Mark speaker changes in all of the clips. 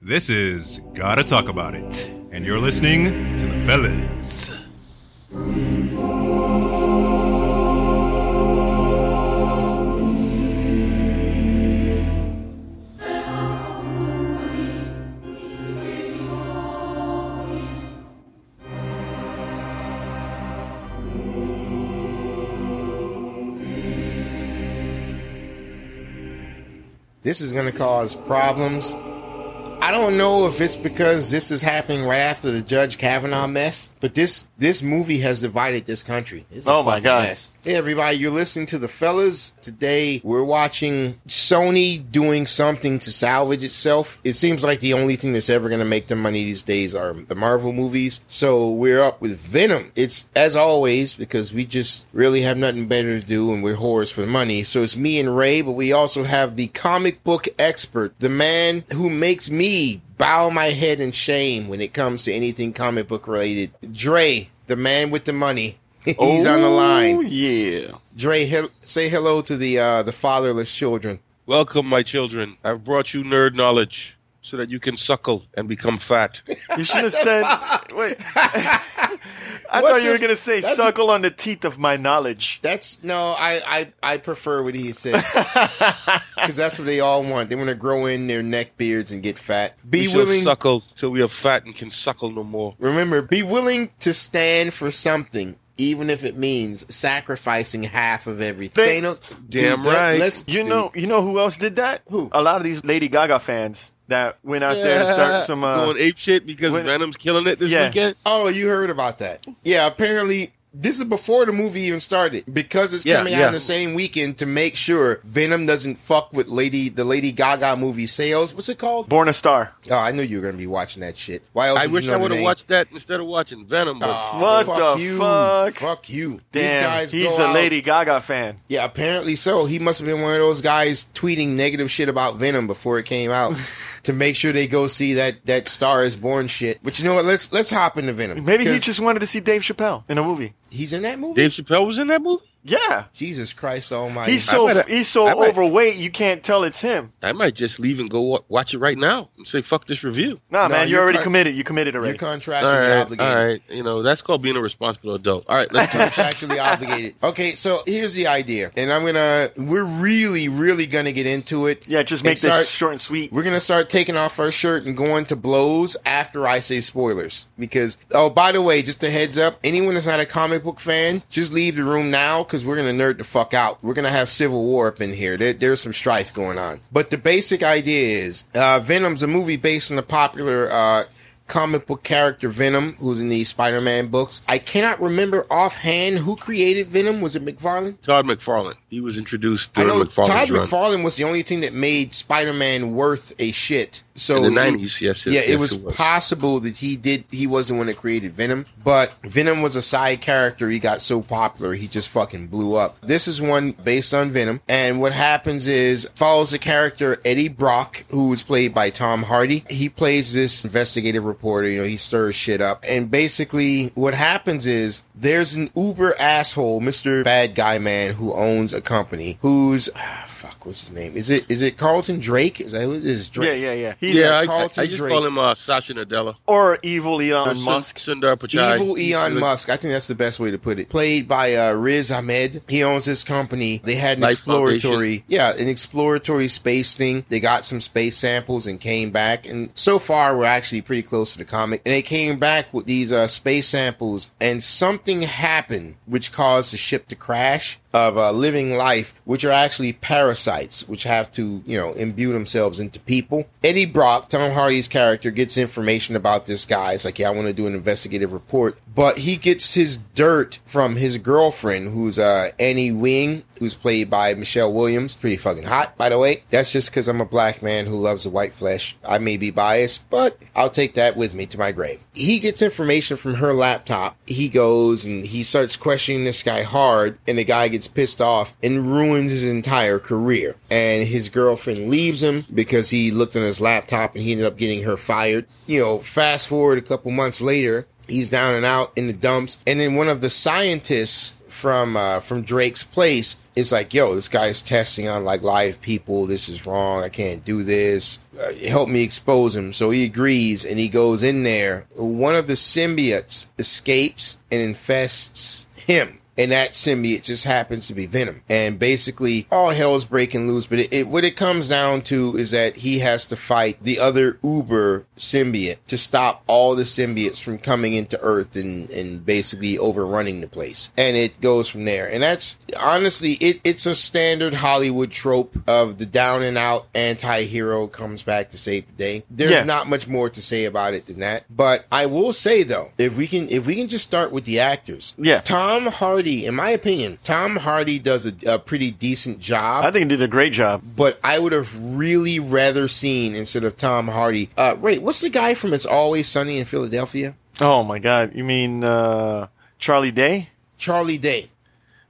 Speaker 1: This is Gotta Talk About It, and you're listening to the fellas.
Speaker 2: This is going to cause problems. I don't know if it's because this is happening right after the Judge Kavanaugh mess, but this this movie has divided this country. It's a
Speaker 3: Oh, my
Speaker 2: fucking
Speaker 3: God.
Speaker 2: mess. Hey everybody, you're listening to the fellas. Today we're watching Sony doing something to salvage itself. It seems like the only thing that's ever going to make them money these days are the Marvel movies. So we're up with Venom. It's as always because we just really have nothing better to do and we're whores for money. So it's me and Ray, but we also have the comic book expert, the man who makes me bow my head in shame when it comes to anything comic book related. Dre, the man with the money. He's on the line.
Speaker 3: Oh, Yeah.
Speaker 2: Dre, he- say hello to the uh, the fatherless children.
Speaker 4: Welcome, my children. I've brought you nerd knowledge so that you can suckle and become fat.
Speaker 3: You should have said. Wait. I
Speaker 2: What
Speaker 3: thought you
Speaker 2: the-
Speaker 3: were going to say
Speaker 2: that's-
Speaker 3: suckle on the teeth of my knowledge.
Speaker 2: That's no, I I, I prefer what he said because that's what they all want. They want to grow in their neck beards and get fat. Be
Speaker 4: we shall
Speaker 2: willing.
Speaker 4: suckle till we are fat and can suckle no more.
Speaker 2: Remember, be willing to stand for something, even if it means sacrificing half of everything.
Speaker 3: Thank-
Speaker 2: Thanos-
Speaker 4: Damn
Speaker 2: that-
Speaker 4: right.
Speaker 2: let's-
Speaker 3: You
Speaker 2: dude,
Speaker 3: know, you know who else did that?
Speaker 2: Who?
Speaker 3: A lot of these Lady Gaga fans that went out there to start some. Uh,
Speaker 4: going ape shit because
Speaker 3: when-
Speaker 4: Venom's killing it this
Speaker 3: Yeah.
Speaker 4: weekend.
Speaker 2: Oh, you heard about that? Yeah, apparently. This is before the movie even started because it's
Speaker 4: Yeah,
Speaker 2: coming out
Speaker 4: yeah.
Speaker 2: on the same weekend to make sure Venom doesn't fuck with Lady the Lady Gaga movie sales. What's it called?
Speaker 3: Born a star.
Speaker 2: Oh, I knew you were gonna be watching that shit. Why else?
Speaker 4: I
Speaker 2: would
Speaker 4: wish
Speaker 2: you know
Speaker 4: I
Speaker 2: the
Speaker 4: would have
Speaker 2: name?
Speaker 4: watched that instead of watching Venom. but-
Speaker 2: Oh,
Speaker 3: What
Speaker 2: fuck
Speaker 3: the
Speaker 2: you.
Speaker 3: fuck?
Speaker 2: Fuck you.
Speaker 3: Damn,
Speaker 2: These guys
Speaker 3: he's
Speaker 2: go
Speaker 3: a
Speaker 2: out-
Speaker 3: Lady Gaga fan.
Speaker 2: Yeah, apparently so. He must have been one of those guys tweeting negative shit about Venom before it came out to make sure they go see that that Star Is Born shit. But you know what? Let's let's hop into Venom.
Speaker 3: Maybe he
Speaker 2: 'Cause
Speaker 3: just wanted to see Dave Chappelle in a movie.
Speaker 2: he's in that movie.
Speaker 4: Dave Chappelle was in that movie?
Speaker 3: Yeah,
Speaker 2: Jesus Christ Almighty!
Speaker 3: he's so
Speaker 4: I bet I-
Speaker 3: he's so
Speaker 4: I bet-
Speaker 3: overweight you can't tell it's him.
Speaker 4: I might just leave and go wa- watch it right now and say, fuck this review.
Speaker 2: No,
Speaker 3: Nah, man, you're,
Speaker 2: you're
Speaker 3: already
Speaker 2: cut-
Speaker 3: committed. You committed
Speaker 2: you're
Speaker 3: already.
Speaker 4: All
Speaker 2: contractually
Speaker 4: right,
Speaker 2: obligated.
Speaker 4: all right. You know, that's called being a responsible adult. All right, let's do it.
Speaker 2: contractually obligated. Okay, so here's the idea, and I'm gonna we're really really gonna get into it.
Speaker 3: yeah, just
Speaker 2: And
Speaker 3: make this
Speaker 2: start-
Speaker 3: short and sweet.
Speaker 2: We're gonna start taking off our shirt and going to blows after I say spoilers. Because oh, by the way, just a heads up: anyone that's not a comic book fan, just leave the room now because we're gonna nerd the fuck out. We're gonna have civil war up in here. There, there's some strife going on. But the basic idea is uh, Venom's a movie based on the popular. Uh, Comic book character Venom, who's in the Spider Man books. I cannot remember offhand who created Venom. Was it McFarlane?
Speaker 4: Todd McFarlane. He was introduced
Speaker 2: I
Speaker 4: during
Speaker 2: know
Speaker 4: McFarlane's
Speaker 2: Todd
Speaker 4: run.
Speaker 2: McFarlane was the only thing that made Spider Man worth a shit. So
Speaker 4: in the
Speaker 2: he-
Speaker 4: 90s, yes.
Speaker 2: yeah,
Speaker 4: yes,
Speaker 2: it was
Speaker 4: It was.
Speaker 2: possible that he did. He was the one that created Venom, but Venom was a side character. He got so popular, he just fucking blew up. This is one based on Venom, and what happens is follows the character Eddie Brock, who was played by Tom Hardy. He plays this investigative reporter. You know, he stirs shit up, and basically what happens is there's an uber asshole, Mister Bad Guy Man, who owns a company who's. ah, Fuck, what's his name? Is it is it Carlton Drake? Is that who it is? Drake?
Speaker 3: Yeah, yeah, yeah. He's
Speaker 4: Yeah, I, I, I just
Speaker 2: Carlton Drake.
Speaker 4: call him uh, Sasha Nadella.
Speaker 3: or evil Elon
Speaker 4: Sun-
Speaker 3: Musk.
Speaker 4: Sundar Pichai.
Speaker 2: Evil Elon Musk. I think that's the best way to put it. Played by uh, Riz Ahmed. He owns this company. They had an
Speaker 4: Life
Speaker 2: exploratory, yeah, an exploratory space thing. They got some space samples and came back. And so far, we're actually pretty close to the comic. And they came back with these uh, space samples, and something happened which caused the ship to crash. Of uh, living life, which are actually parasites, which have to, you know, imbue themselves into people. Eddie Brock, Tom Hardy's character, gets information about this guy. It's like, yeah, I want to do an investigative report. But he gets his dirt from his girlfriend, who's uh, Annie Wing, who's played by Michelle Williams. Pretty fucking hot, by the way. That's just because I'm a black man who loves the white flesh. I may be biased, but I'll take that with me to my grave. He gets information from her laptop. He goes and he starts questioning this guy hard, and the guy gets pissed off and ruins his entire career. And his girlfriend leaves him because he looked on his laptop and he ended up getting her fired. You know, fast forward a couple months later, he's down and out in the dumps. And then one of the scientists from uh, from Drake's place is like, yo, this guy's testing on like live people. This is wrong. I can't do this. Uh, help me expose him. So he agrees and he goes in there. One of the symbiotes escapes and infests him. And that symbiote just happens to be Venom. And basically, all hell's breaking loose. But it, it, what it comes down to is that he has to fight the other Uber symbiote to stop all the symbiotes from coming into Earth and, and basically overrunning the place. And it goes from there. And that's honestly, it, it's a standard Hollywood trope of the down and out anti hero comes back to save the day. There's
Speaker 3: Yeah.
Speaker 2: not much more to say about it than that. But I will say though, if we can, if we can just start with the actors,
Speaker 3: Yeah.
Speaker 2: Tom Hardy, in my opinion, Tom Hardy does a, a pretty decent job.
Speaker 3: I think he did a great job.
Speaker 2: but I would have really rather seen instead of Tom Hardy. Uh, wait, what's the guy from It's Always Sunny in Philadelphia?
Speaker 3: Oh my god, you mean uh, Charlie Day?
Speaker 2: Charlie Day.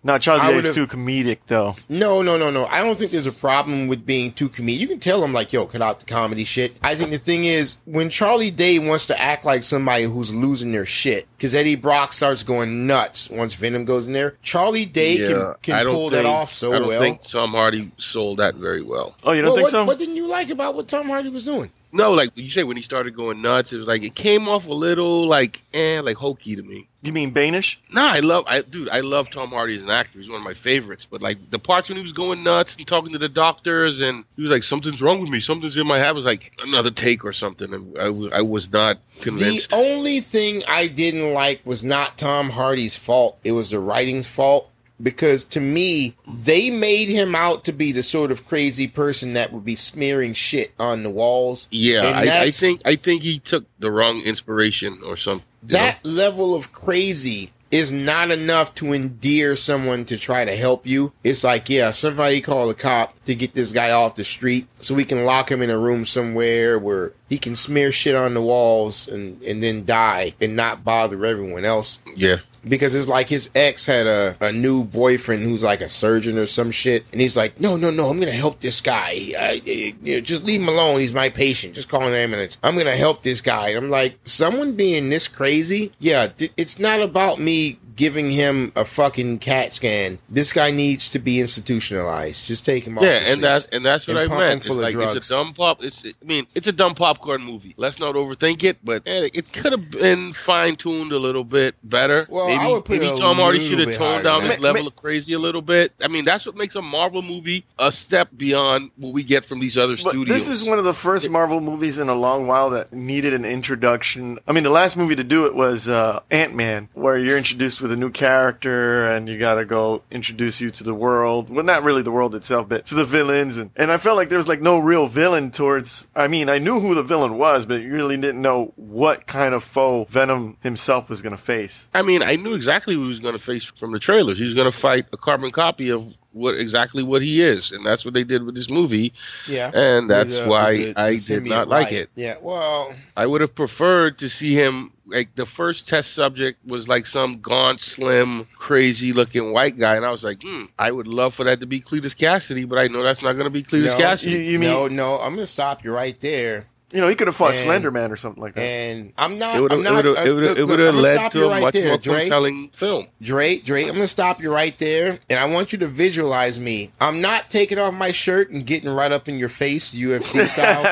Speaker 3: No,
Speaker 2: I
Speaker 3: Charlie Day's
Speaker 2: would've-
Speaker 3: too comedic though.
Speaker 2: No, no, no, no. I don't think there's a problem with being too comedic. You can tell him like, yo, cut out the comedy shit. I think the thing is when Charlie Day wants to act like somebody who's losing their shit, because Eddie Brock starts going nuts once Venom goes in there. Charlie Day can,
Speaker 4: I
Speaker 2: can
Speaker 4: don't
Speaker 2: pull
Speaker 4: think-
Speaker 2: that off so
Speaker 4: I don't
Speaker 2: well.
Speaker 4: think Tom Hardy sold that very well.
Speaker 3: Oh, you don't
Speaker 2: Well,
Speaker 3: think
Speaker 2: what,
Speaker 3: so?
Speaker 2: what didn't you like about what Tom Hardy was doing?
Speaker 4: No, like you say, when he started going nuts, it was like it came off a little like eh, like hokey to me.
Speaker 3: You mean Banish?
Speaker 4: Nah, I love, I dude, I love Tom Hardy as an actor. He's one of my favorites. But like the parts when he was going nuts and talking to the doctors, and he was like, "Something's wrong with me. Something's in my head." I was like another take or something, and I was, I was not
Speaker 2: The
Speaker 4: convinced.
Speaker 2: only thing I didn't like was not Tom Hardy's fault. It was the writing's fault because to me, they made him out to be the sort of crazy person that would be smearing shit on the walls.
Speaker 4: yeah,
Speaker 2: And
Speaker 4: I, I
Speaker 2: that's-
Speaker 4: think I think he took the wrong inspiration or something. you know?
Speaker 2: That level of crazy is not enough to endear someone to try to help you. It's like, yeah, somebody call a cop to get this guy off the street so we can lock him in a room somewhere where he can smear shit on the walls and, and then die and not bother everyone else.
Speaker 4: yeah,
Speaker 2: because it's like his ex had a, a new boyfriend who's like a surgeon or some shit and he's like no no no i'm gonna help this guy I, I- you know, just leave him alone he's my patient just call an ambulance i'm gonna help this guy and i'm like someone being this crazy yeah th- it's not about me giving him a fucking cat scan this guy needs to be institutionalized just take him off
Speaker 4: yeah,
Speaker 2: the
Speaker 4: and
Speaker 2: streets.
Speaker 4: that's and that's what
Speaker 2: And
Speaker 4: I
Speaker 2: pump him
Speaker 4: meant. It's
Speaker 2: full of
Speaker 4: like
Speaker 2: drugs.
Speaker 4: it's a dumb pop. It's I mean, it's a dumb popcorn movie. Let's not overthink it, but eh, it could have been fine tuned a little bit better.
Speaker 2: Well,
Speaker 4: maybe
Speaker 2: I would put it
Speaker 4: maybe
Speaker 2: a
Speaker 4: Tom Hardy
Speaker 2: little
Speaker 4: should have
Speaker 2: bit higher
Speaker 4: toned down
Speaker 2: than
Speaker 4: his
Speaker 3: that. Ma-
Speaker 4: level of crazy a little bit. I mean, that's what makes a Marvel movie a step beyond what we get from these other
Speaker 3: But
Speaker 4: studios.
Speaker 3: this is one of the first Marvel movies in a long while that needed an introduction. I mean, the last movie to do it was uh, Ant Man, where you're introduced with a new character and you got to go introduce you to the world. Well, not really the world itself, but to the villains. And, and I felt like there was like no real villain towards. I mean, I knew who the villain was, but you really didn't know what kind of foe Venom himself was going to face.
Speaker 4: I mean, I knew exactly who he was going to face from the trailers. He was going to fight a carbon copy of what exactly what he is, and that's what they did with this movie,
Speaker 2: yeah
Speaker 4: and that's
Speaker 2: With, uh,
Speaker 4: why
Speaker 2: with the-
Speaker 4: I
Speaker 2: the
Speaker 4: did
Speaker 2: symbiote
Speaker 4: not like
Speaker 2: riot.
Speaker 4: it.
Speaker 2: yeah well
Speaker 4: I would have preferred to see him like the first test subject was like some gaunt, slim, crazy looking white guy, and I was like, hmm, I would love for that to be Cletus Cassidy, but I know that's not going to be Cletus
Speaker 2: no,
Speaker 4: Cassidy.
Speaker 3: You- you mean-
Speaker 2: no no i'm gonna stop you right there
Speaker 3: You know, he could have fought
Speaker 2: And-
Speaker 3: Slender Man or something like that.
Speaker 2: and I'm not.
Speaker 4: It would
Speaker 2: I'm not. uh, look,
Speaker 4: have
Speaker 2: look, I'm gonna
Speaker 4: led
Speaker 2: stop
Speaker 4: to
Speaker 2: you
Speaker 4: a
Speaker 2: right
Speaker 4: much
Speaker 2: there,
Speaker 4: more
Speaker 2: Dre.
Speaker 4: compelling film.
Speaker 2: Dre, Dre, I'm gonna stop you right there, and I want you to visualize me. I'm not taking off my shirt and getting right up in your face, UFC style.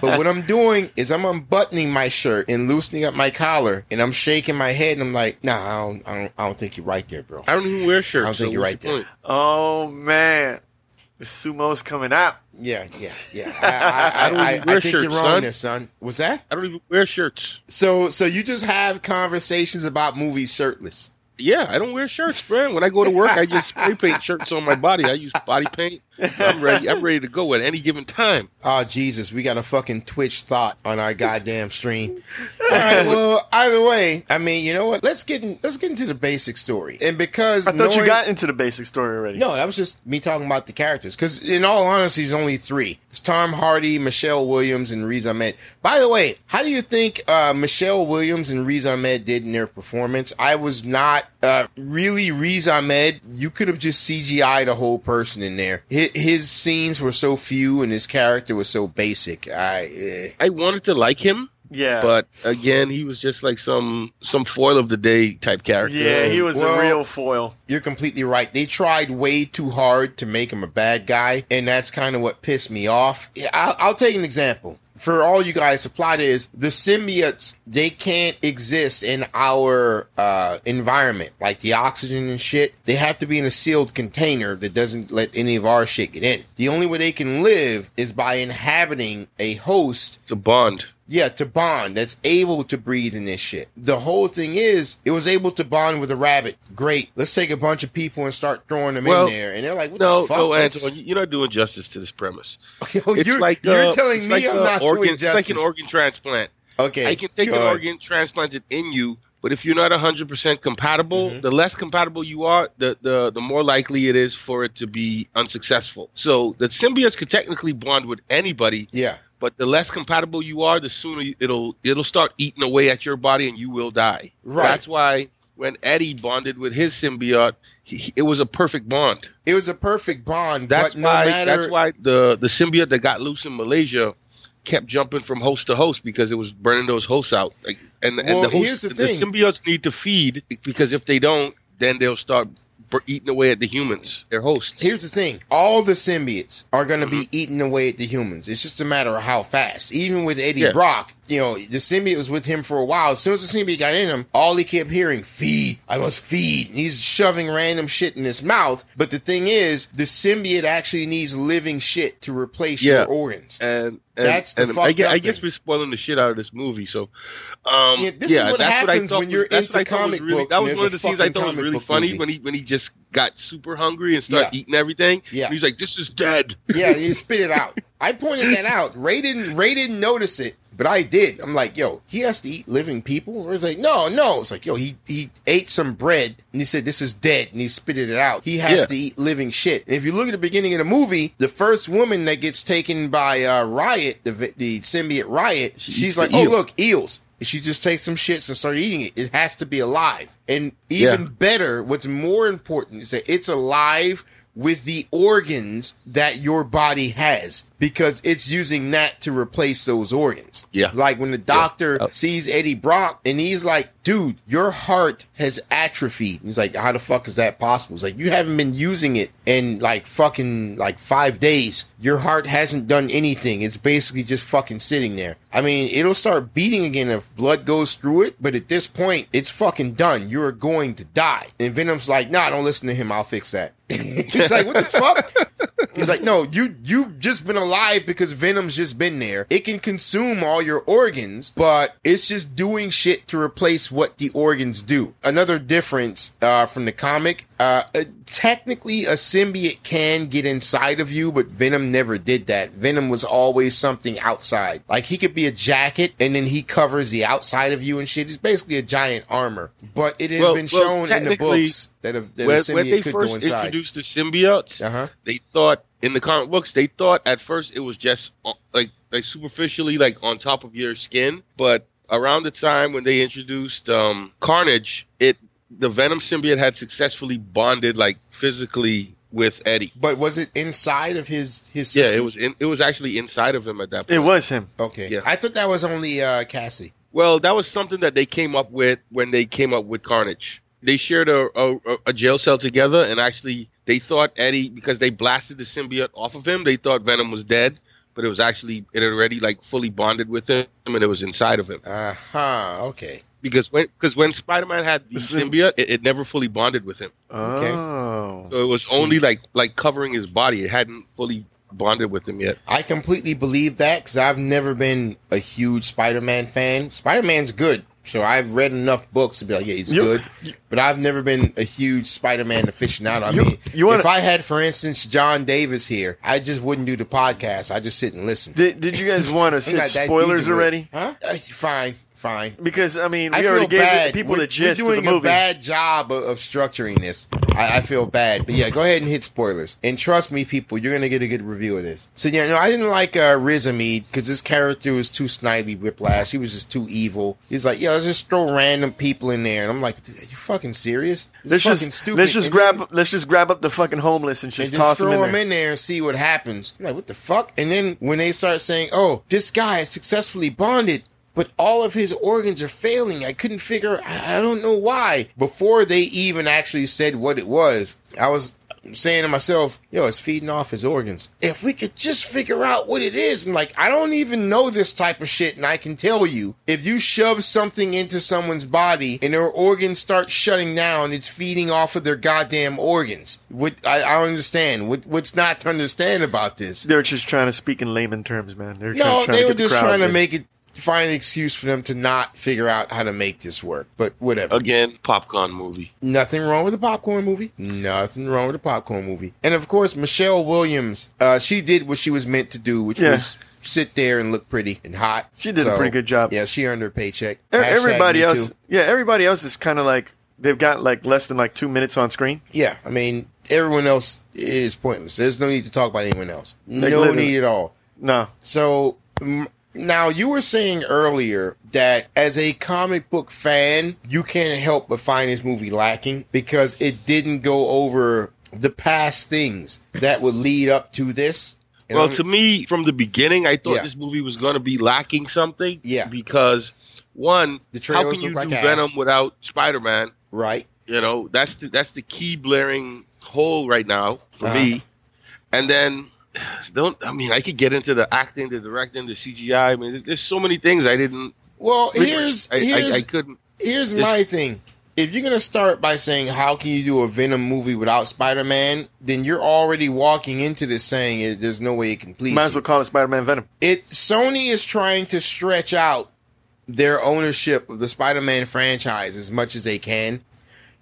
Speaker 2: but what I'm doing is I'm unbuttoning my shirt and loosening up my collar, and I'm shaking my head, and I'm like, Nah, I don't, I don't, I don't think you're right there, bro.
Speaker 4: I don't even wear shirts.
Speaker 2: I don't think
Speaker 4: so
Speaker 2: you're right
Speaker 4: what's your
Speaker 2: there.
Speaker 4: point?
Speaker 3: oh, man. The sumo's coming out.
Speaker 2: Yeah, yeah, yeah. I, I,
Speaker 4: don't
Speaker 2: I,
Speaker 4: even
Speaker 2: I,
Speaker 4: wear
Speaker 2: I think
Speaker 4: shirts,
Speaker 2: you're wrong
Speaker 4: son.
Speaker 2: there, son. Was that
Speaker 4: I don't even wear shirts.
Speaker 2: so? So you just have conversations about movies shirtless.
Speaker 4: Yeah, I don't wear shirts, man. When I go to work, I just spray paint shirts on my body. I use body paint. I'm ready. I'm ready to go at any given time.
Speaker 2: Oh Jesus, we got a fucking Twitch thought on our goddamn stream. All right, well, either way, I mean, you know what? Let's get in, let's get into the basic story. And because
Speaker 3: I thought you
Speaker 2: knowing-
Speaker 3: got into the basic story already.
Speaker 2: no, that was just me talking about the characters. Because in all honesty, there's only three: it's Tom Hardy, Michelle Williams, and Riz Ahmed. By the way, how do you think uh, Michelle Williams and Riz Ahmed did in their performance? I was not uh, really Riz Ahmed. You could have just CGI'd a whole person in there. His, his scenes were so few, and his character was so basic. I. eh.
Speaker 4: I wanted to like him,
Speaker 3: Yeah.
Speaker 4: But again, he was just like some some foil of the day type character.
Speaker 3: yeah, he was
Speaker 2: Well-
Speaker 3: a real foil.
Speaker 2: You're completely right. They tried way too hard to make him a bad guy, and that's kind of what pissed me off. Yeah, I'll, I'll take an example. For all you guys, the plot is the symbiotes, they can't exist in our uh, environment, like the oxygen and shit. They have to be in a sealed container that doesn't let any of our shit get in. The only way they can live is by inhabiting a host
Speaker 4: It's a bond.
Speaker 2: yeah, to bond. That's able to breathe in this shit. The whole thing is, it was able to bond with a rabbit. Great. Let's take a bunch of people and start throwing them
Speaker 4: Well,
Speaker 2: in there. And they're like, what
Speaker 4: No,
Speaker 2: the fuck?
Speaker 4: no,
Speaker 2: That's-
Speaker 4: Antoine, you're not doing justice to this premise.
Speaker 2: Yo,
Speaker 4: It's
Speaker 2: you're,
Speaker 4: like
Speaker 2: you're
Speaker 4: uh,
Speaker 2: telling
Speaker 4: it's
Speaker 2: me
Speaker 4: like
Speaker 2: I'm
Speaker 4: uh,
Speaker 2: not
Speaker 4: organ-
Speaker 2: doing
Speaker 4: it's like
Speaker 2: justice.
Speaker 4: an organ transplant.
Speaker 2: okay.
Speaker 4: I can take
Speaker 2: go
Speaker 4: an
Speaker 2: ahead.
Speaker 4: organ, transplant it in you, but if you're not 100% compatible,
Speaker 2: Mm-hmm.
Speaker 4: the less compatible you are, the, the, the more likely it is for it to be unsuccessful. So the symbiotes could technically bond with anybody,
Speaker 2: Yeah.
Speaker 4: but the less compatible you are, the sooner you- it'll it'll start eating away at your body and you will die.
Speaker 2: Right.
Speaker 4: That's why when Eddie bonded with his symbiote, he, he- it was a perfect bond.
Speaker 2: It was a perfect bond,
Speaker 4: That's
Speaker 2: but no
Speaker 4: why
Speaker 2: matter.
Speaker 4: that's why the the symbiote that got loose in Malaysia kept jumping from host to host because it was burning those hosts out. Like, and and
Speaker 2: Well,
Speaker 4: the, host,
Speaker 2: here's the
Speaker 4: the,
Speaker 2: thing.
Speaker 4: symbiotes need to feed because if they don't, then they'll start bur- eating away at the humans, their hosts.
Speaker 2: Here's the thing: all the symbiotes are going to be eating away at the humans. It's just a matter of how fast. Even with Eddie
Speaker 4: Yeah.
Speaker 2: Brock, you know, the symbiote was with him for a while. As soon as the symbiote got in him, all he kept hearing "feed," I must feed. And he's shoving random shit in his mouth. But the thing is, the symbiote actually needs living shit to replace
Speaker 4: Yeah.
Speaker 2: your organs.
Speaker 4: and, and
Speaker 2: That's the
Speaker 4: and I,
Speaker 2: fucked
Speaker 4: guess,
Speaker 2: up
Speaker 4: I guess
Speaker 2: thing.
Speaker 4: we're spoiling the shit out of this movie. So, um,
Speaker 2: Yeah,
Speaker 4: yeah,
Speaker 2: this is what
Speaker 4: that's what I
Speaker 2: happens
Speaker 4: thought
Speaker 2: when
Speaker 4: was-
Speaker 2: you're
Speaker 4: that's
Speaker 2: into
Speaker 4: what I thought was
Speaker 2: comic
Speaker 4: really,
Speaker 2: books
Speaker 4: That
Speaker 2: and
Speaker 4: was
Speaker 2: there's
Speaker 4: one
Speaker 2: a
Speaker 4: of the scenes I
Speaker 2: fucking
Speaker 4: thought was
Speaker 2: comic
Speaker 4: really
Speaker 2: book
Speaker 4: funny
Speaker 2: movie.
Speaker 4: when he when he just got super hungry and started
Speaker 2: Yeah.
Speaker 4: eating everything.
Speaker 2: Yeah.
Speaker 4: he's like, "This is dead."
Speaker 2: Yeah, you spit it out. I pointed that out. Ray didn't Ray didn't notice it, but I did. I'm like, yo, he has to eat living people. Ray's like, no, no. It's like, yo, he he ate some bread and he said this is dead and he spitted it out. He has
Speaker 4: Yeah.
Speaker 2: to eat living shit. And if you look at the beginning of the movie, the first woman that gets taken by uh, Riot, the vi- the symbiote Riot,
Speaker 4: She
Speaker 2: she's
Speaker 4: eats
Speaker 2: like,
Speaker 4: the
Speaker 2: oh
Speaker 4: eel.
Speaker 2: look, eels. And She just takes some shits and starts eating it. It has to be alive. And even
Speaker 4: Yeah.
Speaker 2: better, what's more important is that it's alive with the organs that your body has because it's using that to replace those organs.
Speaker 4: Yeah.
Speaker 2: Like when the doctor
Speaker 4: Oh.
Speaker 2: sees Eddie Brock and he's like, dude, your heart has atrophied. He's like, how the fuck is that possible? It's like, you haven't been using it in like fucking like five days. Your heart hasn't done anything. It's basically just fucking sitting there. I mean, it'll start beating again if blood goes through it, but at this point, it's fucking done. You're going to die. And Venom's like, nah, don't listen to him. I'll fix that. He's like, what the fuck? He's like, no, you you've just been alive because Venom's just been there. It can consume all your organs, but it's just doing shit to replace what the organs do. Another difference uh, from the comic: uh, uh, technically, a symbiote can get inside of you, but Venom never did that. Venom was always something outside. Like he could be a jacket, and then he covers the outside of you and shit. It's basically a giant armor. But it has
Speaker 4: Well-
Speaker 2: been
Speaker 4: well,
Speaker 2: shown in the
Speaker 4: technically,
Speaker 2: books that a, that a
Speaker 4: when, when they
Speaker 2: symbiote could go
Speaker 4: first
Speaker 2: inside.
Speaker 4: introduced the symbiotes,
Speaker 2: Uh huh.
Speaker 4: they thought in the comic books they thought at first it was just uh, like like superficially like on top of your skin but around the time when they introduced um carnage it the venom symbiote had successfully bonded like physically with eddie
Speaker 2: But was it inside of his his
Speaker 4: yeah
Speaker 2: system?
Speaker 4: it was in, it was actually inside of him at that point
Speaker 3: It was him.
Speaker 2: Okay.
Speaker 4: Yeah.
Speaker 2: I thought that was only uh Cassie.
Speaker 4: well that was something that they came up with when they came up with carnage they shared a, a, a jail cell together and actually they thought eddie because they blasted the symbiote off of him they thought venom was dead but it was actually it had already like fully bonded with him and it was inside of him
Speaker 2: Uh-huh. Okay.
Speaker 4: because when because when spider-man had the
Speaker 3: This is-
Speaker 4: symbiote it, it never fully bonded with him
Speaker 2: Okay.
Speaker 3: Oh.
Speaker 4: so it was only like like covering his body it hadn't fully bonded with him yet
Speaker 2: I completely believe that because I've never been a huge Spider-Man fan. Spider-Man's good. So I've read enough books to be like, yeah, he's
Speaker 3: You-
Speaker 2: good. But I've never been a huge Spider-Man aficionado. I
Speaker 3: You-
Speaker 2: mean,
Speaker 3: you wanna-
Speaker 2: if I had, for instance, John Davis here, I just wouldn't do the podcast. I just sit and listen.
Speaker 3: Did, did you guys want to
Speaker 2: I'm not
Speaker 3: sit
Speaker 2: that
Speaker 3: spoilers
Speaker 2: into it.
Speaker 3: already?
Speaker 2: Huh? Uh, fine, fine.
Speaker 3: Because I mean,
Speaker 2: I
Speaker 3: we
Speaker 2: feel
Speaker 3: already gave
Speaker 2: bad.
Speaker 3: people
Speaker 2: we're,
Speaker 3: the gist
Speaker 2: we're doing
Speaker 3: of the movie.
Speaker 2: a bad job of, of structuring this. I, I feel bad, but yeah, go ahead and hit spoilers. And trust me, people, you're gonna get a good review of this. So yeah, no, I didn't like uh, Riz Ahmed because his character was too snidely whiplash. He was just too evil. He's like, yeah, let's just throw random people in there, and I'm like, Dude, are you fucking serious? This
Speaker 3: let's
Speaker 2: is
Speaker 3: just
Speaker 2: fucking stupid.
Speaker 3: let's just
Speaker 2: And
Speaker 3: grab
Speaker 2: then-
Speaker 3: let's just grab up the fucking homeless and just,
Speaker 2: and
Speaker 3: toss
Speaker 2: just
Speaker 3: them
Speaker 2: throw
Speaker 3: in there.
Speaker 2: him in there and see what happens. I'm like, what the fuck? And then when they start saying, oh, this guy is successfully bonded, but all of his organs are failing. I couldn't figure, I, I don't know why. Before they even actually said what it was, I was saying to myself, yo, it's feeding off his organs. If we could just figure out what it is, I'm like, I don't even know this type of shit, and I can tell you, if you shove something into someone's body and their organs start shutting down, it's feeding off of their goddamn organs. What I, I don't understand. What, what's not to understand about this?
Speaker 3: They're just trying to speak in layman terms, man. They're
Speaker 2: No,
Speaker 3: trying to
Speaker 2: they were
Speaker 3: get the
Speaker 2: just
Speaker 3: crowd
Speaker 2: trying to
Speaker 3: in.
Speaker 2: make it find an excuse for them to not figure out how to make this work. But whatever.
Speaker 4: Again, popcorn movie.
Speaker 2: Nothing wrong with a popcorn movie. Nothing wrong with a popcorn movie. And of course, Michelle Williams, uh, she did what she was meant to do, which
Speaker 3: Yeah.
Speaker 2: was sit there and look pretty and hot.
Speaker 3: She did a pretty good job.
Speaker 2: Yeah, she earned her paycheck.
Speaker 3: E-
Speaker 2: Hashtag
Speaker 3: everybody
Speaker 2: me
Speaker 3: else,
Speaker 2: too.
Speaker 3: yeah, everybody else is kind of like they've got like less than like two minutes on screen.
Speaker 2: Yeah, I mean, everyone else is pointless. There's no need to talk about anyone else.
Speaker 3: Like,
Speaker 2: no
Speaker 3: literally.
Speaker 2: need at all.
Speaker 3: No,
Speaker 2: So m- now you were saying earlier that as a comic book fan, you can't help but find this movie lacking because it didn't go over the past things that would lead up to this. And
Speaker 4: Well,
Speaker 2: I'm-
Speaker 4: to me, from the beginning, I thought
Speaker 2: Yeah.
Speaker 4: this movie was going to be lacking something.
Speaker 2: Yeah.
Speaker 4: Because one,
Speaker 2: The
Speaker 4: how
Speaker 2: trailers
Speaker 4: can you
Speaker 2: look
Speaker 4: do
Speaker 2: like ass.
Speaker 4: Venom without Spider-Man?
Speaker 2: right?
Speaker 4: You know, that's the that's the key blaring hole right now for
Speaker 2: Uh-huh.
Speaker 4: me. And then don't I mean I could get into the acting, the directing, the CGI. I mean, there- there's so many things I didn't.
Speaker 2: Well, here's
Speaker 4: I,
Speaker 2: here's
Speaker 4: I, I couldn't.
Speaker 2: here's my thing. If you're gonna start by saying how can you do a Venom movie without Spider-Man, then you're already walking into this saying eh, there's no way it can please.
Speaker 3: might as
Speaker 2: you.
Speaker 3: well call it Spider-Man Venom.
Speaker 2: it Sony is trying to stretch out their ownership of the Spider-Man franchise as much as they can.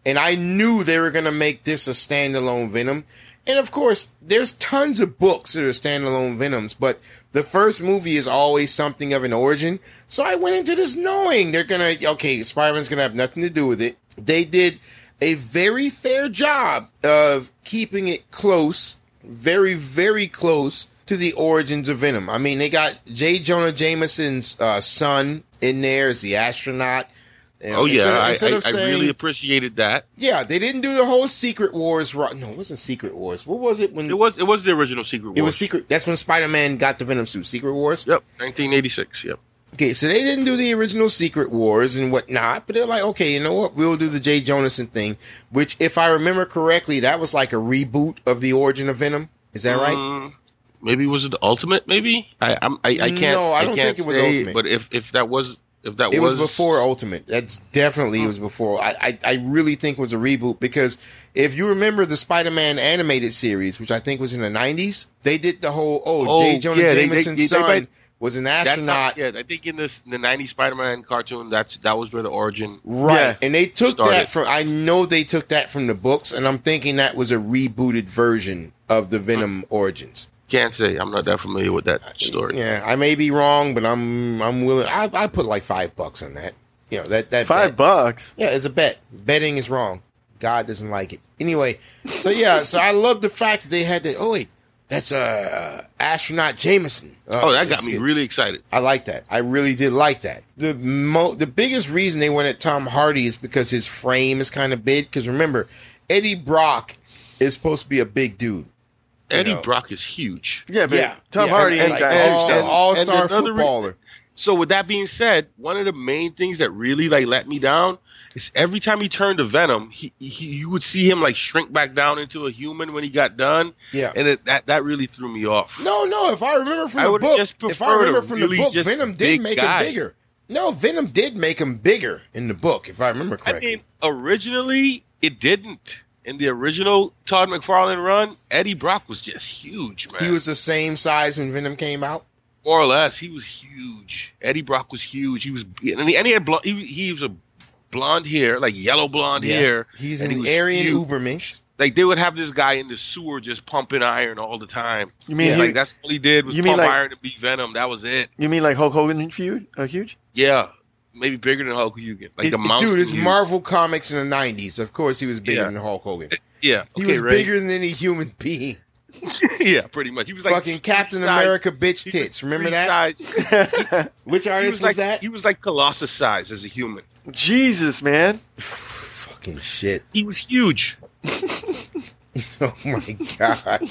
Speaker 2: And I knew they were going to make this a standalone Venom. And of course, there's tons of books that are standalone Venoms, but the first movie is always something of an origin. So I went into this knowing they're going to, okay, Spider Man's going to have nothing to do with it. They did a very fair job of keeping it close, very, very close to the origins of Venom. I mean, they got J. Jonah Jameson's uh, son in there as the astronaut. And
Speaker 4: Oh yeah,
Speaker 2: instead of-
Speaker 4: I,
Speaker 2: instead
Speaker 4: I,
Speaker 2: of
Speaker 4: I
Speaker 2: saying-
Speaker 4: really appreciated that.
Speaker 2: yeah, they didn't do the whole Secret Wars. Ro- no, it wasn't Secret Wars. What was it when
Speaker 4: It was it was the original Secret Wars.
Speaker 2: Mm. It was Secret? That's when Spider Man got the Venom suit. Secret Wars.
Speaker 4: Yep, 1986. Yep.
Speaker 2: Okay, so they didn't do the original Secret Wars and whatnot, but they're like, okay, you know what? We'll do the Jay Jonason thing, which, if I remember correctly, that was like a reboot of the origin of Venom. Is that right?
Speaker 4: Mm, maybe was it the ultimate? Maybe I I'm, I, I can't.
Speaker 2: No, I don't
Speaker 4: can't
Speaker 2: think it was
Speaker 4: say,
Speaker 2: Ultimate.
Speaker 4: But if if that was if that
Speaker 2: It
Speaker 4: was,
Speaker 2: was before Ultimate. That's definitely it was before. I, I I really think it was a reboot because if you remember the Spider Man animated series, which I think was in the nineties, they did the whole oh,
Speaker 4: Oh,
Speaker 2: Jay Jonah
Speaker 4: yeah, they- they-
Speaker 2: Jameson's
Speaker 4: they- they
Speaker 2: son
Speaker 4: might-
Speaker 2: was an
Speaker 4: that's
Speaker 2: astronaut.
Speaker 4: not, yeah, I think in this in the '90s Spider-Man cartoon, that's that was where the origin.
Speaker 2: Right.
Speaker 3: Yeah.
Speaker 2: And they took that
Speaker 4: Started.
Speaker 2: from I know they took that from the books and I'm thinking that was a rebooted version of the Venom origins.
Speaker 4: Can't say I'm not that familiar with that story.
Speaker 2: Yeah, I may be wrong, but I'm I'm willing I I put like 5 bucks on that. You know, that that
Speaker 3: Five
Speaker 2: bet.
Speaker 3: bucks.
Speaker 2: Yeah, it's a bet. Betting is wrong. God doesn't like it. Anyway, so yeah, so I love the fact that they had that oh wait, that's uh astronaut Jameson.
Speaker 4: Oh, that got
Speaker 2: that's
Speaker 4: me
Speaker 2: good.
Speaker 4: really excited.
Speaker 2: I like that. I really did like that. The mo- the biggest reason they went at Tom Hardy is because his frame is kind of big. Because remember, Eddie Brock is supposed to be a big dude.
Speaker 4: Eddie
Speaker 2: know.
Speaker 4: Brock is huge.
Speaker 3: Yeah, but
Speaker 2: Yeah,
Speaker 3: Tom
Speaker 2: yeah,
Speaker 3: Hardy
Speaker 4: and-
Speaker 3: ain't
Speaker 2: Like
Speaker 3: got
Speaker 4: and-
Speaker 3: all-
Speaker 2: all, all-star
Speaker 4: and another re-
Speaker 2: footballer.
Speaker 4: So with that being said, one of the main things that really like let me down is every time he turned to Venom, he, he you would see him like shrink back down into a human when he got done,
Speaker 2: yeah.
Speaker 4: and it, that that really threw me off.
Speaker 2: No, no. If I remember from
Speaker 4: I
Speaker 2: the
Speaker 4: would've
Speaker 2: book,
Speaker 4: just
Speaker 2: if I
Speaker 4: preferred a
Speaker 2: remember from
Speaker 4: really
Speaker 2: the book,
Speaker 4: just
Speaker 2: Venom did
Speaker 4: big
Speaker 2: make
Speaker 4: guy.
Speaker 2: him bigger. No, Venom did make him bigger in the book, if I remember
Speaker 4: I
Speaker 2: correctly.
Speaker 4: mean, originally it didn't. In the original Todd McFarlane run, Eddie Brock was just huge, man.
Speaker 2: he was the same size when Venom came out.
Speaker 4: more or less. He was huge. Eddie Brock was huge. He was, and he, and he had blonde. He, he was a blonde hair, like yellow blonde hair.
Speaker 2: He's
Speaker 4: and he
Speaker 2: an
Speaker 4: was
Speaker 2: Aryan
Speaker 4: huge.
Speaker 2: Ubermensch.
Speaker 4: Like they would have this guy in the sewer just pumping iron all the time.
Speaker 3: You mean
Speaker 2: Yeah,
Speaker 3: he-
Speaker 4: Like that's all he did was
Speaker 3: You mean
Speaker 4: pump
Speaker 3: like-
Speaker 4: iron and be Venom. That was it.
Speaker 3: you mean like Hulk Hogan feud? A huge?
Speaker 4: Yeah, maybe bigger than Hulk Hogan. Like
Speaker 2: It-
Speaker 4: the mountain.
Speaker 2: dude, it's
Speaker 4: Huge.
Speaker 2: Marvel Comics in the '90s. Of course, he was bigger
Speaker 4: Yeah.
Speaker 2: than Hulk Hogan.
Speaker 4: Yeah,
Speaker 2: He
Speaker 4: okay,
Speaker 2: was
Speaker 4: right?
Speaker 2: bigger than any human being.
Speaker 4: yeah, pretty much. He was like
Speaker 2: Fucking Captain
Speaker 4: three size-
Speaker 2: America bitch
Speaker 4: he was
Speaker 2: tits. Remember
Speaker 4: three
Speaker 2: that?
Speaker 4: size-
Speaker 2: Which
Speaker 4: He
Speaker 2: artist was,
Speaker 4: was like
Speaker 2: that?
Speaker 4: he was like Colossus size as a human.
Speaker 3: Jesus, man.
Speaker 2: Fucking shit.
Speaker 4: He was huge.
Speaker 2: Oh my god.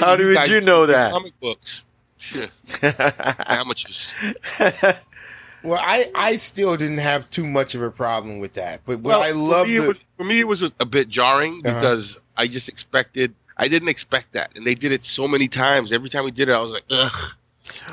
Speaker 3: How did
Speaker 4: guys
Speaker 3: you know that?
Speaker 4: Comic books. Shit. Amateurs.
Speaker 2: Well, I, I still didn't have too much of a problem with that, but what I
Speaker 4: love
Speaker 2: love
Speaker 4: for me, it
Speaker 2: the,
Speaker 4: was, for me, it was a, a bit jarring
Speaker 2: Uh-huh.
Speaker 4: because I just expected. I didn't expect that, and they did it so many times. Every time we did it, I was like, ugh.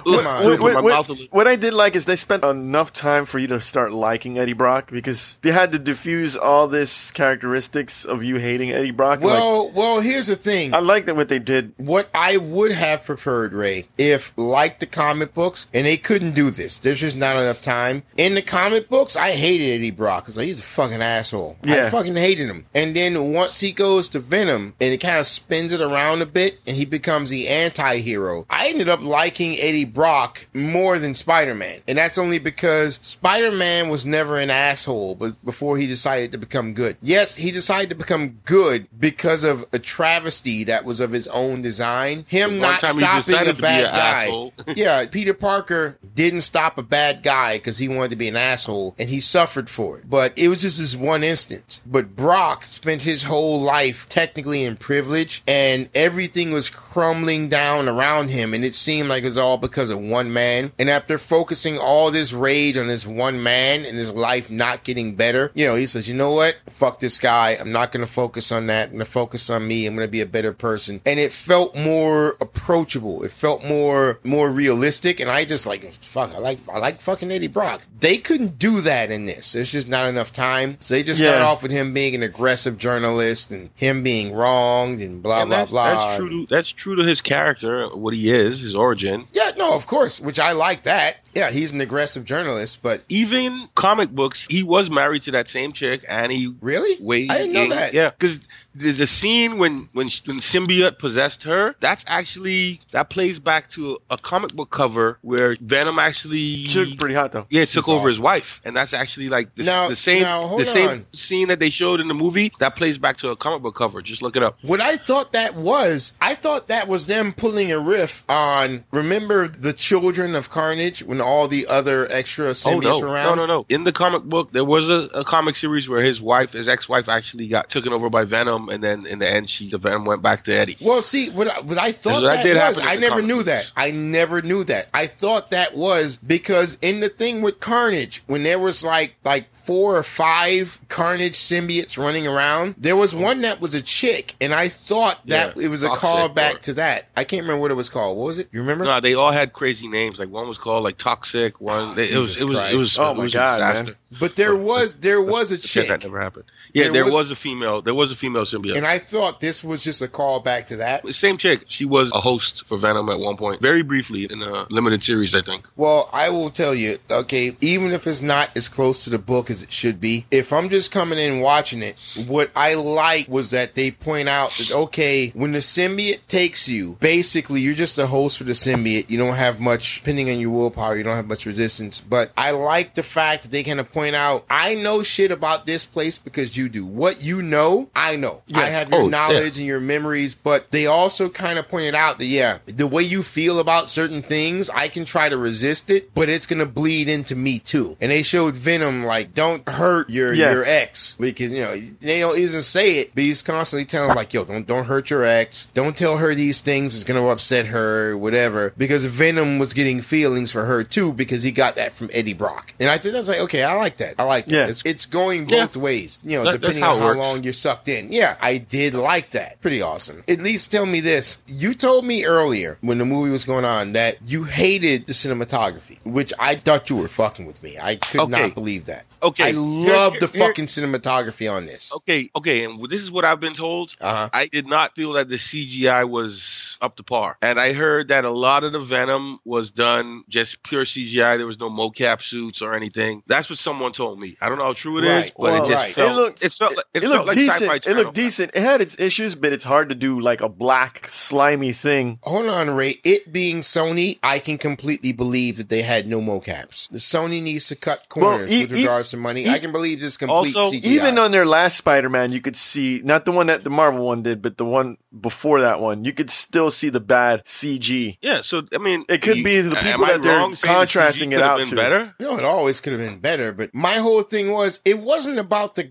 Speaker 2: Come
Speaker 4: Ugh,
Speaker 2: on. Wait,
Speaker 4: it opened
Speaker 3: wait,
Speaker 4: my
Speaker 3: wait.
Speaker 4: mouth a little.
Speaker 3: What I did like is they spent enough time for you to start liking Eddie Brock because they had to diffuse all this characteristics of you hating Eddie Brock. Like,
Speaker 2: well, well, here's the thing.
Speaker 3: I like that what they did.
Speaker 2: what I would have preferred, Ray, if like the comic books, and they couldn't do this. There's just not enough time in the comic books. I hated Eddie Brock because like, he's a fucking asshole. I
Speaker 3: Yeah.
Speaker 2: fucking hated him. And then once he goes to Venom, and it kind of spins it around a bit, and he becomes the anti-hero. I ended up liking Eddie Brock more than Spider-Man, and that's only because Spider-Man was never an asshole, but before he decided to become good. Yes, he decided to become good because of a travesty that was of his own design. Him
Speaker 4: One
Speaker 2: not
Speaker 4: time he
Speaker 2: stopping
Speaker 4: decided
Speaker 2: a
Speaker 4: to be
Speaker 2: bad
Speaker 4: an
Speaker 2: guy.
Speaker 4: asshole.
Speaker 2: yeah, Peter Parker didn't stop a bad guy because he wanted to be an asshole and he suffered for it. But it was just this one instance. But Brock spent his whole life technically in privilege and everything was crumbling down around him and it seemed like it was all because of one man. And after focusing all this rage on this one man and his life not getting better, you know, he says, you know what? Fuck this guy. I'm not going to focus on that. I'm going to focus on me. I'm going to be a better person. And it felt more approachable. It felt more, more realistic. And I just like, fuck, I like, I like fucking Eddie Brock. They couldn't do that in this. There's just not enough time. So they just start
Speaker 3: Yeah.
Speaker 2: off with him being an aggressive journalist and him being wronged and blah,
Speaker 4: And
Speaker 2: blah,
Speaker 4: that's,
Speaker 2: blah.
Speaker 4: that's true. To, that's true to his character, what he is, his origin.
Speaker 2: Yeah, no, of course, which I like that. Yeah, he's an aggressive journalist, but
Speaker 4: Even comic books, he was married to that same chick, and he
Speaker 2: really?
Speaker 4: Wait,
Speaker 2: I didn't know
Speaker 4: yeah,
Speaker 2: that.
Speaker 4: Yeah, because there's a scene when when sh- when symbiote possessed her. That's actually that plays back to a comic book cover where Venom actually
Speaker 3: She looked pretty hot though.
Speaker 4: yeah
Speaker 2: She's
Speaker 4: took over his
Speaker 2: awesome.
Speaker 4: wife, and that's actually like the,
Speaker 2: Now-
Speaker 4: the same
Speaker 2: now, hold
Speaker 4: the same
Speaker 2: on.
Speaker 4: scene that they showed in the movie. That plays back to a comic book cover. Just look it up.
Speaker 2: What I thought that was, I thought that was them pulling a riff on remember the children of Carnage when all the other extra
Speaker 4: Oh
Speaker 2: symbiotes
Speaker 4: no,
Speaker 2: were around?
Speaker 4: no, no, no! In the comic book, there was a, a comic series where his wife, his ex-wife, actually got taken over by Venom, and then in the end, she the Venom went back to Eddie.
Speaker 2: Well, see, what I, what I thought
Speaker 4: So that
Speaker 2: that,
Speaker 4: did
Speaker 2: was,
Speaker 4: happen in
Speaker 2: I
Speaker 4: the
Speaker 2: never
Speaker 4: comic
Speaker 2: knew
Speaker 4: books.
Speaker 2: that. I never knew that. I thought that was because in the thing with Carnage, when there was like like four or five Carnage symbiotes running around, there was one that was a chick, and I thought that
Speaker 4: Yeah,
Speaker 2: it was a
Speaker 4: toxic
Speaker 2: callback
Speaker 4: or-
Speaker 2: to that. I can't remember what it was called. What was it? You remember?
Speaker 4: No, they all had crazy names. Like one was called like Toxic. One they- it
Speaker 2: Jesus
Speaker 4: was it was
Speaker 2: Christ.
Speaker 4: it was
Speaker 3: Oh
Speaker 4: it
Speaker 3: my
Speaker 4: was a
Speaker 3: God,
Speaker 4: disaster.
Speaker 3: man.
Speaker 2: But there was there was a
Speaker 4: Shit,
Speaker 2: chick,
Speaker 4: that never happened. Yeah,
Speaker 2: There
Speaker 4: there,
Speaker 2: was-
Speaker 4: was, a female. There was a female symbiote.
Speaker 2: and I thought this was just a callback to that.
Speaker 4: Same chick. She was a host for Venom at one point, very briefly in a limited series, I think.
Speaker 2: Well, I will tell you, okay, even if it's not as close to the book as it should be, if I'm just coming in watching it, what I like was that they point out that, okay, when the symbiote takes you, basically you're just a host for the symbiote. You don't have much, depending on your willpower, you don't have much resistance. But I like the fact that they kind of point out, I know shit about this place because you do. What you know, I know. I have your
Speaker 4: Oh, yeah.
Speaker 2: knowledge knowledge and your memories, but they also kind of pointed out that, yeah, the way you feel about certain things, I can try to resist it, but it's going to bleed into me too. And they showed Venom, like, don't hurt your,
Speaker 3: Yeah.
Speaker 2: your ex because, you know, they don't even say it, but he's constantly telling, like, yo, don't, don't hurt your ex. Don't tell her these things. It's going to upset her, whatever. Because Venom was getting feelings for her too because he got that from Eddie Brock. And I think that's like, okay, I like that. I like that.
Speaker 3: Yeah.
Speaker 2: It's, it's going
Speaker 4: Yeah.
Speaker 2: both ways, you know,
Speaker 4: That- that's
Speaker 2: depending
Speaker 4: how
Speaker 2: on
Speaker 4: it
Speaker 2: how
Speaker 4: works.
Speaker 2: long long you're sucked in. Yeah, I did like that. Pretty awesome. At least tell me this. You told me earlier when the movie was going on that you hated the cinematography, which I thought you were fucking with me. I could
Speaker 4: Okay.
Speaker 2: not believe that.
Speaker 4: Okay.
Speaker 2: I
Speaker 4: Here-
Speaker 2: love
Speaker 4: here-
Speaker 2: the
Speaker 4: here-
Speaker 2: fucking cinematography on this.
Speaker 4: Okay, okay, and this is what I've been told.
Speaker 2: Uh-huh.
Speaker 4: I did not feel that the CGI was up to par, and I heard that a lot of the Venom was done just pure CGI. There was no mocap suits or anything. That's what someone told me. I don't know how true it is,
Speaker 2: Right,
Speaker 4: but
Speaker 2: well,
Speaker 4: it just
Speaker 2: right.
Speaker 4: felt
Speaker 3: It looked-
Speaker 4: it felt like it,
Speaker 3: It,
Speaker 4: felt
Speaker 3: looked
Speaker 4: like
Speaker 3: decent.
Speaker 4: Sci-fi
Speaker 3: It
Speaker 4: Channel.
Speaker 3: looked decent. It had its issues, but it's hard to do like a black slimy thing.
Speaker 2: Hold on, Ray. It being Sony, I can completely believe that they had no mocaps. The Sony needs to cut corners
Speaker 3: e-
Speaker 2: with
Speaker 3: e-
Speaker 2: regards to money.
Speaker 3: e-
Speaker 2: I can believe this complete
Speaker 4: Also,
Speaker 2: CGI.
Speaker 3: Even on their last Spider-Man, you could see not the one that the Marvel one did, but the one before that one. You could still see the bad CG.
Speaker 4: Yeah, so I mean,
Speaker 3: It could
Speaker 4: you-
Speaker 3: be the
Speaker 4: am
Speaker 3: people
Speaker 4: I
Speaker 3: that they're
Speaker 4: wrong saying the
Speaker 3: contracting
Speaker 4: CG
Speaker 3: it
Speaker 4: could've
Speaker 3: out
Speaker 4: been
Speaker 3: to-
Speaker 4: better.
Speaker 2: No, it always could have been better, but my whole thing was it wasn't about the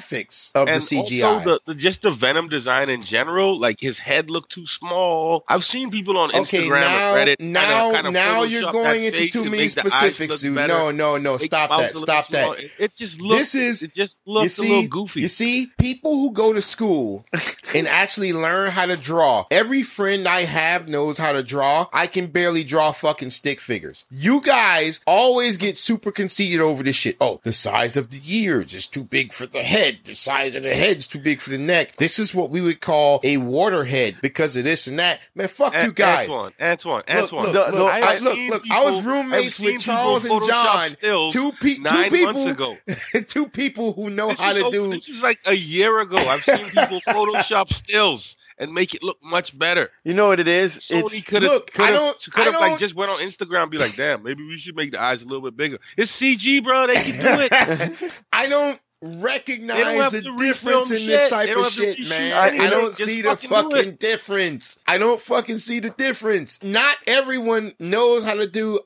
Speaker 2: graphics of the CGI.
Speaker 4: Also the, the, just the Venom design in general, like his head looked too small. I've seen people on
Speaker 2: okay,
Speaker 4: Instagram
Speaker 2: now,
Speaker 4: and Reddit. kinda-
Speaker 2: now,
Speaker 4: kinda
Speaker 2: now
Speaker 4: Photoshop
Speaker 2: you're
Speaker 4: that
Speaker 2: going into
Speaker 4: face
Speaker 2: too
Speaker 4: to
Speaker 2: many
Speaker 4: make the eyes look
Speaker 2: specifics, dude.
Speaker 4: better,
Speaker 2: No, no, no.
Speaker 4: make
Speaker 2: Stop
Speaker 4: the mouth
Speaker 2: that.
Speaker 4: look
Speaker 2: Stop
Speaker 4: small.
Speaker 2: that.
Speaker 4: It- It just looked.
Speaker 2: This is-
Speaker 4: It just looked a little goofy.
Speaker 2: You see, people who go to school and actually learn how to draw. Every friend I have knows how to draw. I can barely draw fucking stick figures. You guys always get super conceited over this shit. Oh, the size of the ears is too big for the head. The size of the head's too big for the neck. This is what we would call a waterhead because of this and that. Man, fuck
Speaker 4: An-
Speaker 2: you guys.
Speaker 4: Antoine, Antoine,
Speaker 2: Look,
Speaker 4: Antoine.
Speaker 3: The-
Speaker 2: look,
Speaker 3: the-
Speaker 2: look,
Speaker 4: I've
Speaker 2: I, look,
Speaker 4: seen
Speaker 2: look, I was
Speaker 4: people- I've
Speaker 2: roommates
Speaker 4: seen
Speaker 2: with Charles
Speaker 4: people
Speaker 2: and
Speaker 4: Photoshop
Speaker 2: John.
Speaker 4: stills
Speaker 2: Two, pe- two
Speaker 4: nine
Speaker 2: people
Speaker 4: months ago.
Speaker 2: two people who know
Speaker 4: This
Speaker 2: how
Speaker 4: was
Speaker 2: to
Speaker 4: over-
Speaker 2: do
Speaker 4: This was like a year ago. I've seen people Photoshop stills and make it look much better.
Speaker 3: You know what it is?
Speaker 4: Sony
Speaker 3: It's-
Speaker 4: could have
Speaker 2: look, I
Speaker 4: could have
Speaker 2: don't-
Speaker 4: could have
Speaker 2: I
Speaker 4: like
Speaker 2: don't-
Speaker 4: just went on Instagram and be like, damn, maybe we should make the eyes a little bit bigger. It's CG, bro. They can do it.
Speaker 2: I don't
Speaker 4: They don't
Speaker 2: recognize
Speaker 4: have
Speaker 2: the
Speaker 4: to refilm
Speaker 2: difference in
Speaker 4: shit.
Speaker 2: this type
Speaker 4: They don't
Speaker 2: of
Speaker 4: have to
Speaker 2: shit,
Speaker 4: reshoot
Speaker 2: man.
Speaker 3: anything.
Speaker 2: I don't
Speaker 4: Just
Speaker 2: see the
Speaker 4: fucking do
Speaker 2: fucking difference. I don't fucking see the difference. Not everyone knows how to do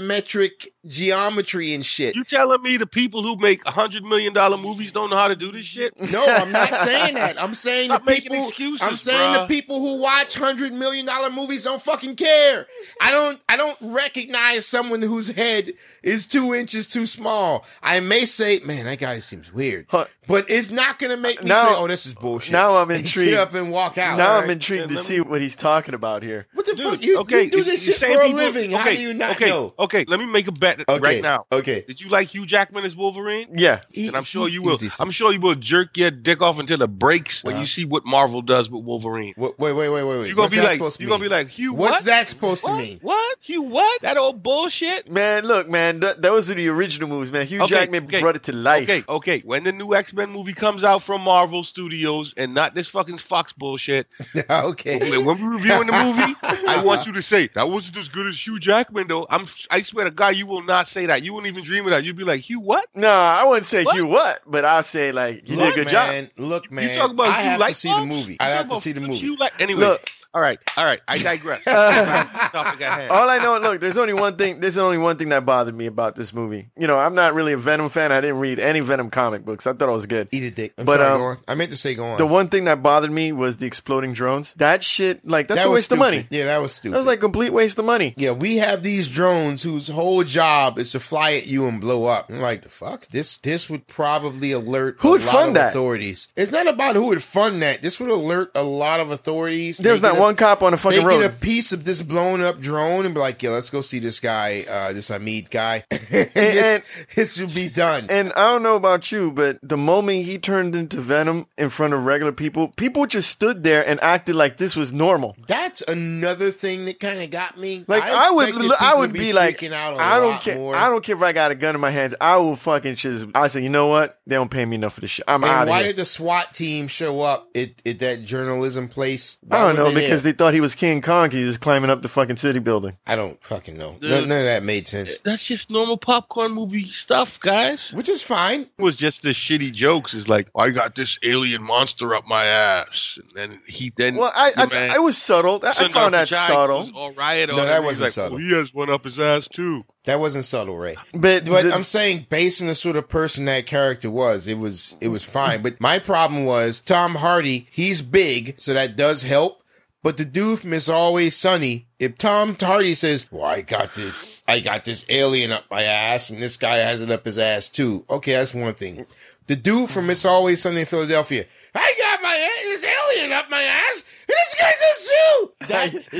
Speaker 2: isometric geometry and shit.
Speaker 4: You telling me the people who make hundred million dollar movies don't know how to do this shit?
Speaker 2: No, I'm not saying that. I'm saying the
Speaker 4: Stop making
Speaker 2: people.
Speaker 4: excuses,
Speaker 2: I'm saying
Speaker 4: bruh.
Speaker 2: the people who watch hundred million dollar movies don't fucking care. I don't. I don't recognize someone whose head is two inches too small. I may say, man, that guy seems weird,
Speaker 3: Huh.
Speaker 2: but it's not gonna make me
Speaker 3: Now-
Speaker 2: say, oh, this is bullshit.
Speaker 3: now I'm
Speaker 2: And
Speaker 3: intrigued.
Speaker 2: Get up and walk out.
Speaker 3: now I'm
Speaker 2: Alright.
Speaker 3: intrigued
Speaker 4: Yeah,
Speaker 3: to
Speaker 4: let
Speaker 3: see what he's talking about here.
Speaker 2: What the
Speaker 4: Dude,
Speaker 2: fuck? You,
Speaker 4: okay,
Speaker 2: you do
Speaker 4: you-
Speaker 2: this
Speaker 4: you
Speaker 2: shit
Speaker 4: saying
Speaker 2: for a
Speaker 4: people-
Speaker 2: living. How
Speaker 4: okay,
Speaker 2: do you not
Speaker 4: okay,
Speaker 2: know?
Speaker 4: Okay, let me make a bet
Speaker 2: Okay,
Speaker 4: right now.
Speaker 2: Okay.
Speaker 4: Did you like Hugh Jackman as Wolverine?
Speaker 3: Yeah.
Speaker 4: And I'm sure
Speaker 2: He-
Speaker 4: you
Speaker 2: he
Speaker 4: will.
Speaker 2: was decent.
Speaker 4: I'm sure you will jerk your dick off until the brakes when
Speaker 2: Uh-huh.
Speaker 4: you see what Marvel does with Wolverine.
Speaker 2: Wait, wait, wait, wait, wait.
Speaker 4: You're gonna
Speaker 2: What's
Speaker 4: be
Speaker 2: that
Speaker 4: like,
Speaker 2: supposed to
Speaker 4: you're gonna be
Speaker 2: mean?
Speaker 4: like, Hugh,
Speaker 2: What's
Speaker 4: what?
Speaker 2: that supposed
Speaker 4: what?
Speaker 2: to mean?
Speaker 4: What? Hugh, what? That old bullshit?
Speaker 3: Man, look, man, th- those are the original movies, man. Hugh
Speaker 4: Okay,
Speaker 3: Jackman
Speaker 4: okay,
Speaker 3: brought it to life.
Speaker 4: Okay, okay. When the new X Men movie comes out from Marvel Studios and not this fucking Fox bullshit,
Speaker 2: okay.
Speaker 4: when we're reviewing the movie,
Speaker 2: Uh-huh.
Speaker 4: I want you to say that wasn't as good as Hugh Jackman though. I'm I swear to God, you will not say that. You wouldn't even dream of that. You'd be like, Hugh, what?
Speaker 3: No, I wouldn't say
Speaker 4: What?
Speaker 3: Hugh what, but I'll say like you did a good job.
Speaker 2: man, Look, man.
Speaker 4: you talk about
Speaker 2: I
Speaker 4: Hugh
Speaker 2: have to
Speaker 4: Lightbulb?
Speaker 2: see the movie.
Speaker 4: You
Speaker 2: I
Speaker 4: talk
Speaker 2: have to
Speaker 4: about
Speaker 2: see the
Speaker 4: Hugh
Speaker 2: movie.
Speaker 4: Light. Anyway,
Speaker 3: Look.
Speaker 4: all right, all right. I digress. Topic at hand.
Speaker 3: All I know, look, there's only one thing. There's only one thing that bothered me about this movie. You know, I'm not really a Venom fan. I didn't read any Venom comic books. I thought it was good.
Speaker 2: Eat a dick. I'm
Speaker 3: But,
Speaker 2: sorry,
Speaker 3: um,
Speaker 2: go on. I meant to say go on.
Speaker 3: The one thing that bothered me was the exploding drones. That shit, like that's
Speaker 2: that
Speaker 3: a
Speaker 2: was
Speaker 3: waste
Speaker 2: stupid.
Speaker 3: of money.
Speaker 2: Yeah, that was stupid.
Speaker 3: That was like a complete waste of money.
Speaker 2: yeah, we have these drones whose whole job is to fly at you and blow up. I'm like, the fuck? This this would probably alert
Speaker 3: Who
Speaker 2: a
Speaker 3: would
Speaker 2: lot
Speaker 3: fund
Speaker 2: of
Speaker 3: that?
Speaker 2: authorities. It's not about who would fund that. This would alert a lot of authorities.
Speaker 3: There's
Speaker 2: They
Speaker 3: not
Speaker 2: get a-
Speaker 3: one cop on a fucking
Speaker 2: they
Speaker 3: road.
Speaker 2: get a piece of this blown up drone and be like, yeah, let's go see this guy, uh, this Amid guy. and, this, this should be done.
Speaker 3: And I don't know about you, but the moment he turned into Venom in front of regular people, people just stood there and acted like this was normal.
Speaker 2: That's another thing that kind of got me.
Speaker 3: Like I, would,
Speaker 2: expected
Speaker 3: I
Speaker 2: people
Speaker 3: would
Speaker 2: to
Speaker 3: be, like,
Speaker 2: freaking out a
Speaker 3: I don't
Speaker 2: lot
Speaker 3: care.
Speaker 2: more.
Speaker 3: I don't care if I got a gun in my hands. I will fucking just. I say, you know what? They don't pay me enough for this shit. I'm out
Speaker 2: And
Speaker 3: of
Speaker 2: why
Speaker 3: here.
Speaker 2: did the SWAT team show up at, at that journalism place? Why
Speaker 3: I don't
Speaker 2: were
Speaker 3: know
Speaker 2: they
Speaker 3: because
Speaker 2: there?
Speaker 3: they thought he was King Kong. He was climbing up the fucking city building.
Speaker 2: I don't fucking know. None,
Speaker 4: Dude.
Speaker 2: none of that made sense,
Speaker 4: That's just normal popcorn movie stuff, guys.
Speaker 2: which is fine.
Speaker 4: It was just the shitty jokes. Is like, I got this alien monster up my ass, and then he then.
Speaker 3: Well, I
Speaker 4: the
Speaker 3: I,
Speaker 4: Mm, man-
Speaker 3: I was subtle. I, I
Speaker 4: Sundar
Speaker 3: found that
Speaker 4: Pichai
Speaker 3: subtle.
Speaker 4: was all right
Speaker 2: No,
Speaker 4: on
Speaker 2: that
Speaker 4: it. He's
Speaker 2: wasn't
Speaker 4: like,
Speaker 2: subtle.
Speaker 4: Well, he has one up his ass too.
Speaker 2: That wasn't subtle, Ray.
Speaker 3: But,
Speaker 2: But
Speaker 3: the-
Speaker 2: I'm saying, based on the sort of person that character was, it was it was fine. But my problem was Tom Hardy. He's big, so that does help. But the dude from It's Always Sunny, if Tom Hardy says, "Well, I got this, I got this alien up my ass, and this guy has it up his ass too," okay, that's one thing. The dude from It's Always Sunny in Philadelphia, I got my a- this alien up my ass, and this guy does too.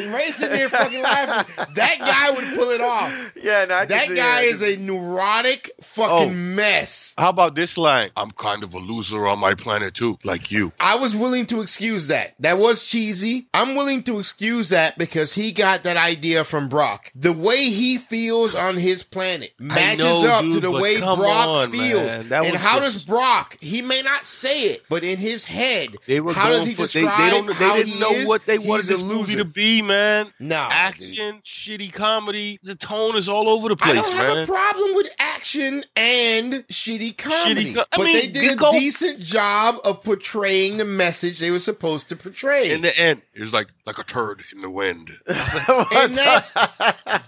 Speaker 2: That, Ray's sitting there fucking laughing. That guy would pull it off.
Speaker 3: yeah, no, I can
Speaker 2: That
Speaker 3: see
Speaker 2: guy
Speaker 3: it.
Speaker 2: is a neurotic fucking
Speaker 3: Oh.
Speaker 2: mess.
Speaker 4: How about this line? I'm kind of a loser on my planet too, like you.
Speaker 2: I was willing to excuse that. That was cheesy. I'm willing to excuse that because he got that idea from Brock. The way he feels on his planet matches
Speaker 4: know,
Speaker 2: up to
Speaker 4: dude,
Speaker 2: the
Speaker 4: but
Speaker 2: way
Speaker 4: come
Speaker 2: Brock
Speaker 4: on,
Speaker 2: feels.
Speaker 4: man. That
Speaker 2: And
Speaker 4: was
Speaker 2: how
Speaker 4: just-
Speaker 2: does Brock? He may not say it, but in his head,
Speaker 4: They were
Speaker 2: how does
Speaker 4: going
Speaker 2: he
Speaker 4: for- they- they
Speaker 2: describe
Speaker 4: don't- they
Speaker 2: how
Speaker 4: didn't
Speaker 2: he
Speaker 4: didn't know
Speaker 2: is,
Speaker 4: what they
Speaker 2: he's
Speaker 4: wanted
Speaker 2: a
Speaker 4: this movie
Speaker 2: loser.
Speaker 4: to be, man.
Speaker 2: Nah, dude.
Speaker 4: Action, shitty comedy. The tone is all over the
Speaker 2: I
Speaker 4: place,
Speaker 2: don't have
Speaker 4: man.
Speaker 2: a problem with action and shitty comedy,
Speaker 4: co- I
Speaker 2: but
Speaker 4: mean,
Speaker 2: they did
Speaker 4: you
Speaker 2: a
Speaker 4: go-
Speaker 2: decent job of portraying the message they were supposed to portray.
Speaker 4: In the end, it was like like a turd in the wind.
Speaker 2: and that's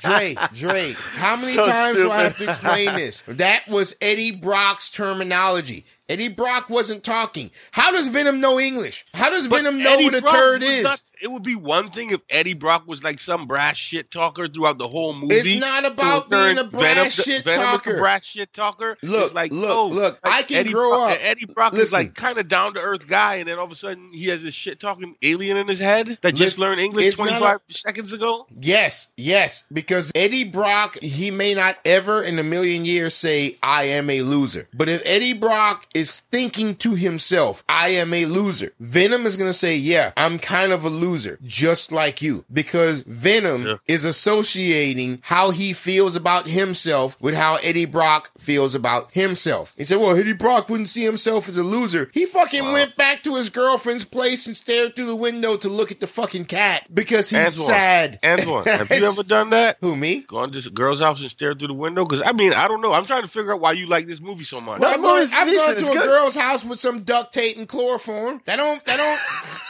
Speaker 2: Dre, Dre. How many
Speaker 3: So
Speaker 2: times do I have
Speaker 3: stupid.
Speaker 2: to explain this? That was Eddie Brock's terminology. Eddie Brock wasn't talking. How does Venom know English? How does
Speaker 4: But
Speaker 2: Venom know
Speaker 4: Eddie
Speaker 2: what a
Speaker 4: Brock
Speaker 2: turd
Speaker 4: was
Speaker 2: is?
Speaker 4: not- it would be one thing if Eddie Brock was like some brash shit talker throughout the whole movie.
Speaker 2: It's not about
Speaker 4: To
Speaker 2: being
Speaker 4: turn
Speaker 2: a brash
Speaker 4: Venom,
Speaker 2: shit
Speaker 4: Venom is
Speaker 2: talker.
Speaker 4: A brash shit talker.
Speaker 2: Look,
Speaker 4: It's like,
Speaker 2: look,
Speaker 4: no,
Speaker 2: look,
Speaker 4: like
Speaker 2: I can
Speaker 4: Eddie
Speaker 2: grow
Speaker 4: Brock,
Speaker 2: up.
Speaker 4: Eddie Brock is
Speaker 2: Listen.
Speaker 4: like kind of down to earth guy, and then all of a sudden he has this shit talking alien in his head that just
Speaker 2: Listen,
Speaker 4: learned English
Speaker 2: it's not a-
Speaker 4: twenty five seconds ago.
Speaker 2: Yes, yes, because Eddie Brock, he may not ever in a million years say, I am a loser. But if Eddie Brock is thinking to himself, I am a loser, Venom is going to say, Yeah, I'm kind of a loser, just like you. Because Venom
Speaker 4: Yeah.
Speaker 2: is associating how he feels about himself with how Eddie Brock feels about himself. He said, Well, Eddie Brock wouldn't see himself as a loser. He fucking went back to his girlfriend's place and stared through the window to look at the fucking cat because he's
Speaker 4: Antoine,
Speaker 2: sad.
Speaker 4: Antoine, have you
Speaker 2: It's-
Speaker 4: ever done that?
Speaker 2: Who me?
Speaker 4: Gone to this girl's house and stared through the window? Because I mean, I don't know. I'm trying to figure out why you like this movie so much.
Speaker 3: No,
Speaker 2: I've
Speaker 3: I'm
Speaker 2: gone,
Speaker 3: always
Speaker 2: I've
Speaker 3: decent.
Speaker 2: gone to
Speaker 3: It's
Speaker 2: a
Speaker 3: good.
Speaker 2: girl's house with some duct tape and chloroform. That don't that don't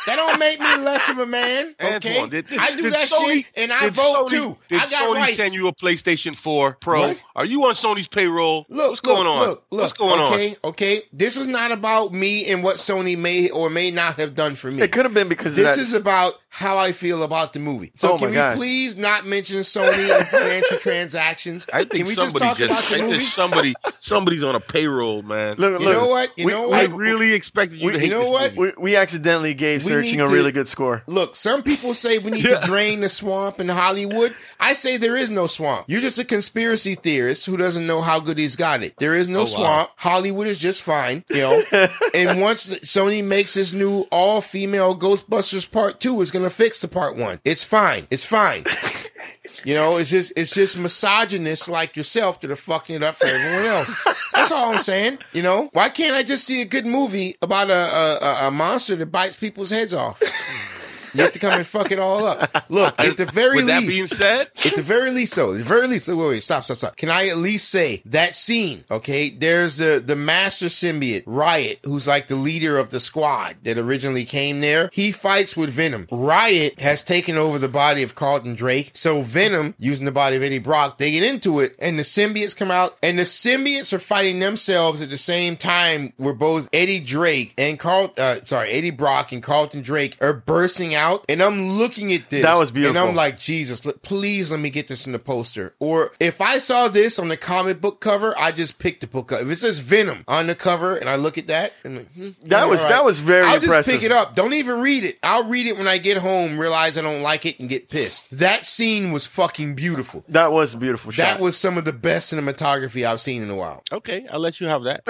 Speaker 2: that don't make me less of a man. Okay,
Speaker 4: Antoine, did- did-
Speaker 2: I do
Speaker 4: did
Speaker 2: that
Speaker 4: Sony-
Speaker 2: shit and I
Speaker 4: did
Speaker 2: vote
Speaker 4: Sony-
Speaker 2: too.
Speaker 4: Did
Speaker 2: I got
Speaker 4: Sony
Speaker 2: rights.
Speaker 4: send you a PlayStation 4 Pro?
Speaker 2: What?
Speaker 4: Are you on Sony's payroll?
Speaker 2: Look,
Speaker 4: What's
Speaker 2: look,
Speaker 4: going on?
Speaker 2: Look, look,
Speaker 4: What's going on?
Speaker 2: okay, Okay, This is not about me and what Sony may or may not have done for me.
Speaker 3: It could have been because
Speaker 2: this
Speaker 3: of that.
Speaker 2: is about how I feel about the movie. So
Speaker 3: Oh
Speaker 2: can
Speaker 3: my
Speaker 2: we
Speaker 3: God.
Speaker 2: please not mention Sony and financial transactions?
Speaker 4: I think
Speaker 2: can we just
Speaker 4: somebody
Speaker 2: talk about
Speaker 4: I
Speaker 2: the
Speaker 4: think
Speaker 2: movie?
Speaker 4: somebody somebody's on a payroll, man.
Speaker 3: look,
Speaker 2: You
Speaker 3: look,
Speaker 2: know what? You
Speaker 3: we-
Speaker 2: know
Speaker 3: we-
Speaker 4: I
Speaker 2: what?
Speaker 4: really expected you
Speaker 3: we-
Speaker 4: to
Speaker 3: you
Speaker 4: hate
Speaker 2: know
Speaker 4: this
Speaker 2: what?
Speaker 4: movie.
Speaker 3: We, we accidentally gave
Speaker 2: We
Speaker 3: searching
Speaker 2: need
Speaker 3: a
Speaker 2: to-
Speaker 3: really good score.
Speaker 2: Look, some people say we need to drain the swamp in Hollywood. I say there is no swamp. You're just a conspiracy theorist who doesn't know how good he's got it. There is no
Speaker 4: Oh, wow.
Speaker 2: swamp. Hollywood is just fine, you know. and once Sony makes this new all female Ghostbusters part two, it's gonna fix the part one. It's fine. It's fine. You know, it's just it's just misogynists like yourself that are fucking it up for everyone else. That's all I'm saying. You know, why can't I just see a good movie about a a, a- a monster that bites people's heads off? You have to come and fuck it all up. Look, at the very
Speaker 4: With that
Speaker 2: least,
Speaker 4: being said,
Speaker 2: at the very least, though, at the very least, wait, wait, stop, stop, stop. Can I at least say that scene? Okay, there's the the master symbiote Riot, who's like the leader of the squad that originally came there. He fights with Venom. Riot has taken over the body of Carlton Drake, so Venom, using the body of Eddie Brock, they get into it, and the symbiotes come out, and the symbiotes are fighting themselves at the same time. Where both Eddie Drake and Carl, uh, sorry, Eddie Brock and Carlton Drake are bursting out, and I'm looking at this.
Speaker 3: That was
Speaker 2: And I'm
Speaker 3: beautiful.
Speaker 2: like like Jesus, let- please let me get this in the poster. Or if I saw this on the comic book cover, I just pick the book up. If it says Venom on the cover and I look at that, and like, hmm,
Speaker 3: That
Speaker 2: all
Speaker 3: was- that was very
Speaker 2: I'll just
Speaker 3: impressive.
Speaker 2: pick it up. Don't even read it. I'll read it when I get home, realize I don't like it, and get pissed. That scene was fucking beautiful.
Speaker 3: That was a beautiful shot.
Speaker 2: That was some of the best cinematography I've seen in a while.
Speaker 4: okay, I'll let you have that.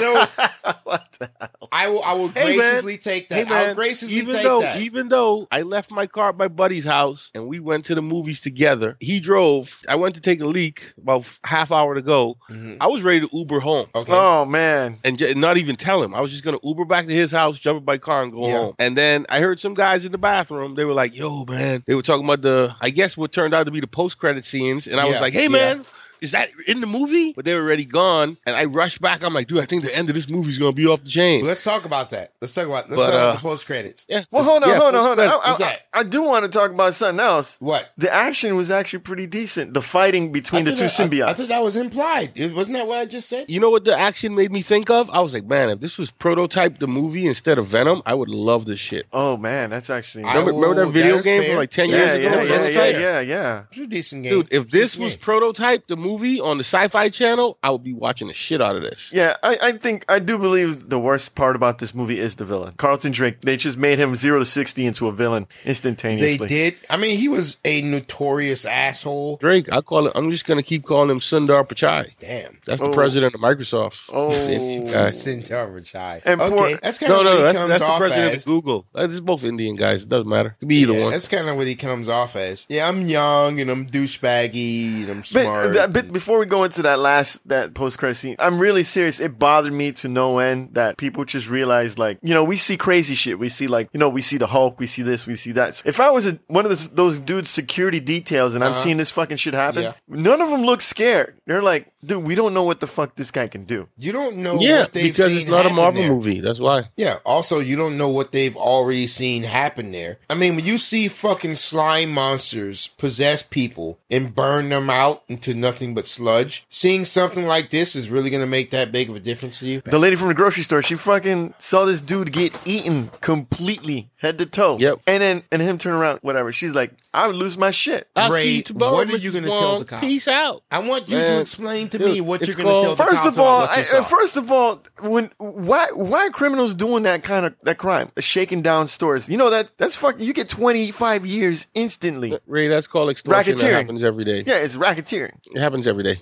Speaker 2: So I will I will
Speaker 4: Hey, man.
Speaker 2: graciously take that.
Speaker 4: Hey, man,
Speaker 2: I'll graciously
Speaker 4: even
Speaker 2: take
Speaker 4: though,
Speaker 2: that.
Speaker 4: Even though I left my car at my buddy's house and we went to the movies together, he drove. I went to take a leak about half hour to go.
Speaker 3: Mm-hmm.
Speaker 2: Mhm.
Speaker 4: I was ready to Uber home.
Speaker 2: Okay.
Speaker 3: oh man,
Speaker 4: and ju- not even tell him. I was just gonna Uber back to his house, jump in my car, and go
Speaker 2: Yeah.
Speaker 4: home. And then I heard some guys in the bathroom. They were like, "Yo, man," they were talking about the, I guess, what turned out to be the post-credit scenes. And I
Speaker 2: Yeah.
Speaker 4: was like, "Hey,
Speaker 2: Yeah.
Speaker 4: man." Is that in the movie? But they were already gone, and I rushed back. I'm like, dude, I think the end of this movie is gonna be off the chain.
Speaker 2: Let's talk about that. Let's talk about let's
Speaker 4: But,
Speaker 2: talk about
Speaker 4: uh,
Speaker 2: the post credits.
Speaker 4: yeah.
Speaker 3: well hold on,
Speaker 4: Yeah,
Speaker 3: hold on, hold on. I,
Speaker 4: post-credit.
Speaker 3: I-
Speaker 2: What's that?
Speaker 3: I do want to talk about something else.
Speaker 2: What?
Speaker 3: The action was actually pretty decent. The fighting between
Speaker 2: I
Speaker 3: the two
Speaker 2: thought that- I, I
Speaker 3: symbiotes.
Speaker 2: thought that was implied. It, wasn't that what I just said?
Speaker 4: You know what the action made me think of? I was like, man, if this was prototype the movie instead of Venom, I would love this shit.
Speaker 3: oh man, that's actually
Speaker 2: I-
Speaker 4: Remember, remember
Speaker 2: Oh,
Speaker 4: that video
Speaker 2: that is
Speaker 4: game
Speaker 2: fair.
Speaker 4: from like ten
Speaker 3: yeah,
Speaker 4: years
Speaker 3: yeah,
Speaker 4: ago?
Speaker 2: that
Speaker 3: yeah,
Speaker 2: was
Speaker 3: yeah,
Speaker 2: fair.
Speaker 3: yeah, yeah.
Speaker 2: It was a decent game.
Speaker 4: Dude, if this
Speaker 2: Decent
Speaker 4: was
Speaker 2: game.
Speaker 4: prototype the movie on the sci-fi channel, I would be watching the shit out of this.
Speaker 3: Yeah, I, I think I do believe the worst part about this movie is the villain. Carlton Drake, they just made him zero to sixty into a villain
Speaker 2: they
Speaker 3: instantaneously.
Speaker 2: did. I mean, he was a notorious asshole.
Speaker 4: Drake, I call it. I'm just gonna keep calling him Sundar Pichai.
Speaker 2: Damn.
Speaker 4: That's
Speaker 3: Oh.
Speaker 4: the president of Microsoft.
Speaker 3: Oh.
Speaker 4: Indian guy.
Speaker 2: Centaur Machai.
Speaker 3: And
Speaker 2: okay,
Speaker 3: poor-
Speaker 2: that's kind of what
Speaker 4: no, no,
Speaker 2: he
Speaker 4: that's,
Speaker 2: comes
Speaker 4: that's the
Speaker 2: off
Speaker 4: president
Speaker 2: as.
Speaker 4: of Google. Uh, It's both Indian guys. It doesn't matter. It could be either
Speaker 2: Yeah,
Speaker 4: one.
Speaker 2: That's kind of what he comes off as. Yeah, I'm young and I'm douchebaggy and I'm
Speaker 3: But,
Speaker 2: smart.
Speaker 4: uh,
Speaker 3: that- bit before we go into that last that post credit scene, I'm really serious. It bothered me to no end that people just realized like you know we see crazy shit. We see like you know we see the Hulk, we see this, we see that. If I was a, one of those, those dudes security details and I'm seeing this fucking shit happen,
Speaker 2: Yeah.
Speaker 3: none of them look scared. They're like, dude, we don't know what the fuck this guy can do.
Speaker 2: You don't know
Speaker 4: yeah,
Speaker 2: what they've
Speaker 4: because
Speaker 2: seen
Speaker 4: it's not a
Speaker 2: happen
Speaker 4: Marvel
Speaker 2: there.
Speaker 4: movie. That's why.
Speaker 2: Yeah. Also, you don't know what they've already seen happen there. I mean, when you see fucking slime monsters possess people and burn them out into nothing but sludge, seeing something like this is really going to make that big of a difference to you.
Speaker 3: The lady from the grocery store, she fucking saw this dude get eaten completely, head to toe.
Speaker 4: Yep.
Speaker 3: And then and him turn around, whatever. She's like, I would lose my shit.
Speaker 4: I'll
Speaker 2: Ray,
Speaker 4: see you tomorrow,
Speaker 2: what are
Speaker 4: Mrs.
Speaker 2: you gonna tell
Speaker 4: Wong.
Speaker 2: the cops?
Speaker 4: Peace out.
Speaker 2: I want you to
Speaker 4: Man,
Speaker 2: explain to
Speaker 4: dude,
Speaker 2: me what
Speaker 4: it's
Speaker 2: you're going to tell
Speaker 4: called-
Speaker 2: the
Speaker 3: First
Speaker 2: cops
Speaker 3: of
Speaker 2: about
Speaker 3: all,
Speaker 2: what you
Speaker 3: I,
Speaker 2: saw.
Speaker 3: uh, first of all, when why why are criminals doing that kind of that crime, shaking down stores? You know that that's fucking. You get twenty five years instantly.
Speaker 4: Ray, that's called extortion. That
Speaker 3: Racketeering.
Speaker 4: happens every day.
Speaker 3: Yeah, it's racketeering.
Speaker 4: It happens every day.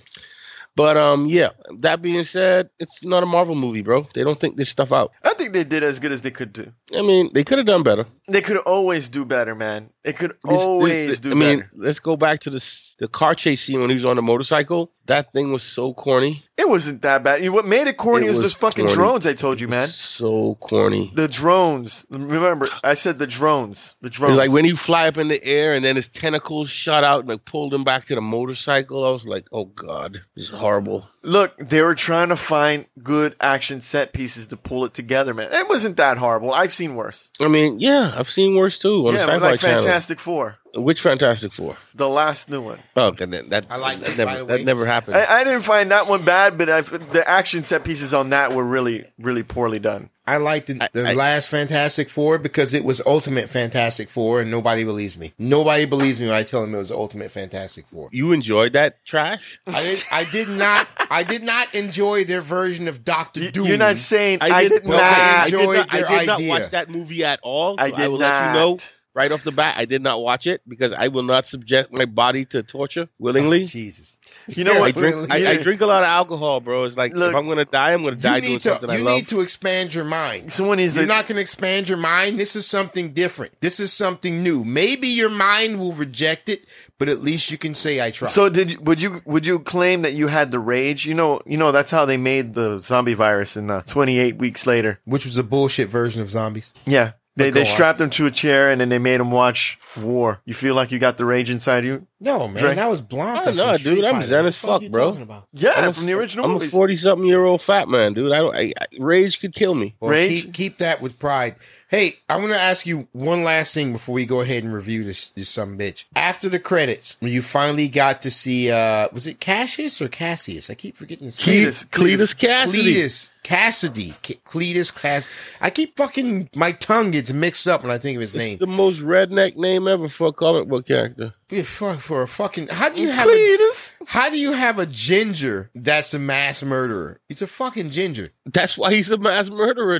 Speaker 4: But um, yeah. That being said, it's not a Marvel movie, bro. They don't think this stuff out.
Speaker 3: I think they did as good as they could do.
Speaker 4: I mean, they could have done better.
Speaker 3: They could always do better, man. They could
Speaker 4: This- this-
Speaker 3: always do
Speaker 4: I mean,
Speaker 3: better.
Speaker 4: let's go back to this the car chase scene when he was on the motorcycle. That thing was so corny.
Speaker 3: It wasn't that bad. You know, what made it corny
Speaker 4: It
Speaker 3: was,
Speaker 4: was
Speaker 3: those fucking
Speaker 4: corny.
Speaker 3: drones. I told you, man.
Speaker 4: So corny.
Speaker 3: The drones. Remember, I said the drones. The drones.
Speaker 4: It's like when he fly up in the air and then his tentacles shot out and like pulled him back to the motorcycle. I was like, oh god, this is horrible.
Speaker 3: Look, they were trying to find good action set pieces to pull it together, man. It wasn't that horrible. I've seen worse.
Speaker 4: I mean, yeah, I've seen worse too on
Speaker 3: yeah,
Speaker 4: the Sci-Fi
Speaker 3: like
Speaker 4: Channel.
Speaker 3: Fantastic Four,
Speaker 4: Which Fantastic Four?
Speaker 3: the last new one.
Speaker 4: Oh, and then that
Speaker 2: I like
Speaker 4: that
Speaker 2: it, by
Speaker 4: never
Speaker 2: the
Speaker 4: that
Speaker 2: way.
Speaker 4: never happened.
Speaker 3: I, I didn't find that one bad, but i the action set pieces on that were really, really poorly done.
Speaker 2: I liked the,
Speaker 4: I-
Speaker 2: the
Speaker 4: I-
Speaker 2: last Fantastic Four because it was Ultimate Fantastic Four, and nobody believes me. Nobody believes me when I tell them it was Ultimate Fantastic Four.
Speaker 4: you enjoyed that trash?
Speaker 2: I did, I did not. I did not enjoy their version of Doctor
Speaker 3: You,
Speaker 2: Doom.
Speaker 3: you're not saying I, did,
Speaker 4: well,
Speaker 3: not.
Speaker 4: I did
Speaker 2: enjoyed
Speaker 4: not, I
Speaker 2: their
Speaker 4: did not
Speaker 2: idea.
Speaker 4: watch that movie at all.
Speaker 3: I
Speaker 4: so
Speaker 3: did
Speaker 4: will let you know
Speaker 3: not.
Speaker 4: right off the bat. I did not watch it because I will not subject my body to torture
Speaker 3: Oh,
Speaker 2: Oh,
Speaker 4: willingly.
Speaker 2: Jesus.
Speaker 3: You know
Speaker 4: I
Speaker 3: what?
Speaker 4: drink. I, I drink a lot of alcohol, bro. It's like
Speaker 3: Look,
Speaker 4: if I'm gonna die, I'm gonna
Speaker 2: You
Speaker 4: die doing
Speaker 2: need to.
Speaker 4: something I
Speaker 2: You
Speaker 4: love.
Speaker 2: need to expand your mind.
Speaker 3: Someone is
Speaker 2: You're
Speaker 3: a,
Speaker 2: not going to expand your mind. This is something different. This is something new. Maybe your mind will reject it, but at least you can say I tried.
Speaker 3: So did you- would you would you claim that you had the rage? You know, you know that's how they made the zombie virus in the 28 weeks later.
Speaker 2: which was a bullshit version of zombies.
Speaker 3: Yeah. They,
Speaker 2: But go
Speaker 3: they
Speaker 2: on.
Speaker 3: strapped him to a chair and then they made him watch war. You feel like you got the rage inside you?
Speaker 2: No, man,
Speaker 3: Drake.
Speaker 2: that was Blanca.
Speaker 4: I don't know,
Speaker 2: from Street
Speaker 4: dude. I'm
Speaker 2: Fighter.
Speaker 4: zen
Speaker 2: What
Speaker 4: as
Speaker 2: the are
Speaker 4: fuck,
Speaker 2: you
Speaker 4: bro.
Speaker 2: talking about?
Speaker 3: Yeah,
Speaker 4: a-
Speaker 3: from the original
Speaker 4: I'm
Speaker 3: movies.
Speaker 4: a 40 something year old fat man, dude. I don't. I, I, rage could kill me.
Speaker 2: Well,
Speaker 3: Rage?
Speaker 2: Keep, keep that with pride. Hey, I'm going to ask you one last thing before we go ahead and review this, this some bitch. After the credits, when you finally got to see, uh was it Cassius or Cassius? I keep forgetting his name.
Speaker 3: Cletus- Cletus
Speaker 4: Cletus Cassidy.
Speaker 2: Cletus Cassidy. C- Cletus Cass. I keep fucking, my tongue gets mixed up when I think of his name.
Speaker 4: The most redneck name ever for a comic book character.
Speaker 2: Yeah, fuck, For a fucking, how do you have a,
Speaker 3: Cletus.
Speaker 2: how do you have a ginger that's a mass murderer? He's a fucking ginger.
Speaker 4: That's why he's a mass murderer,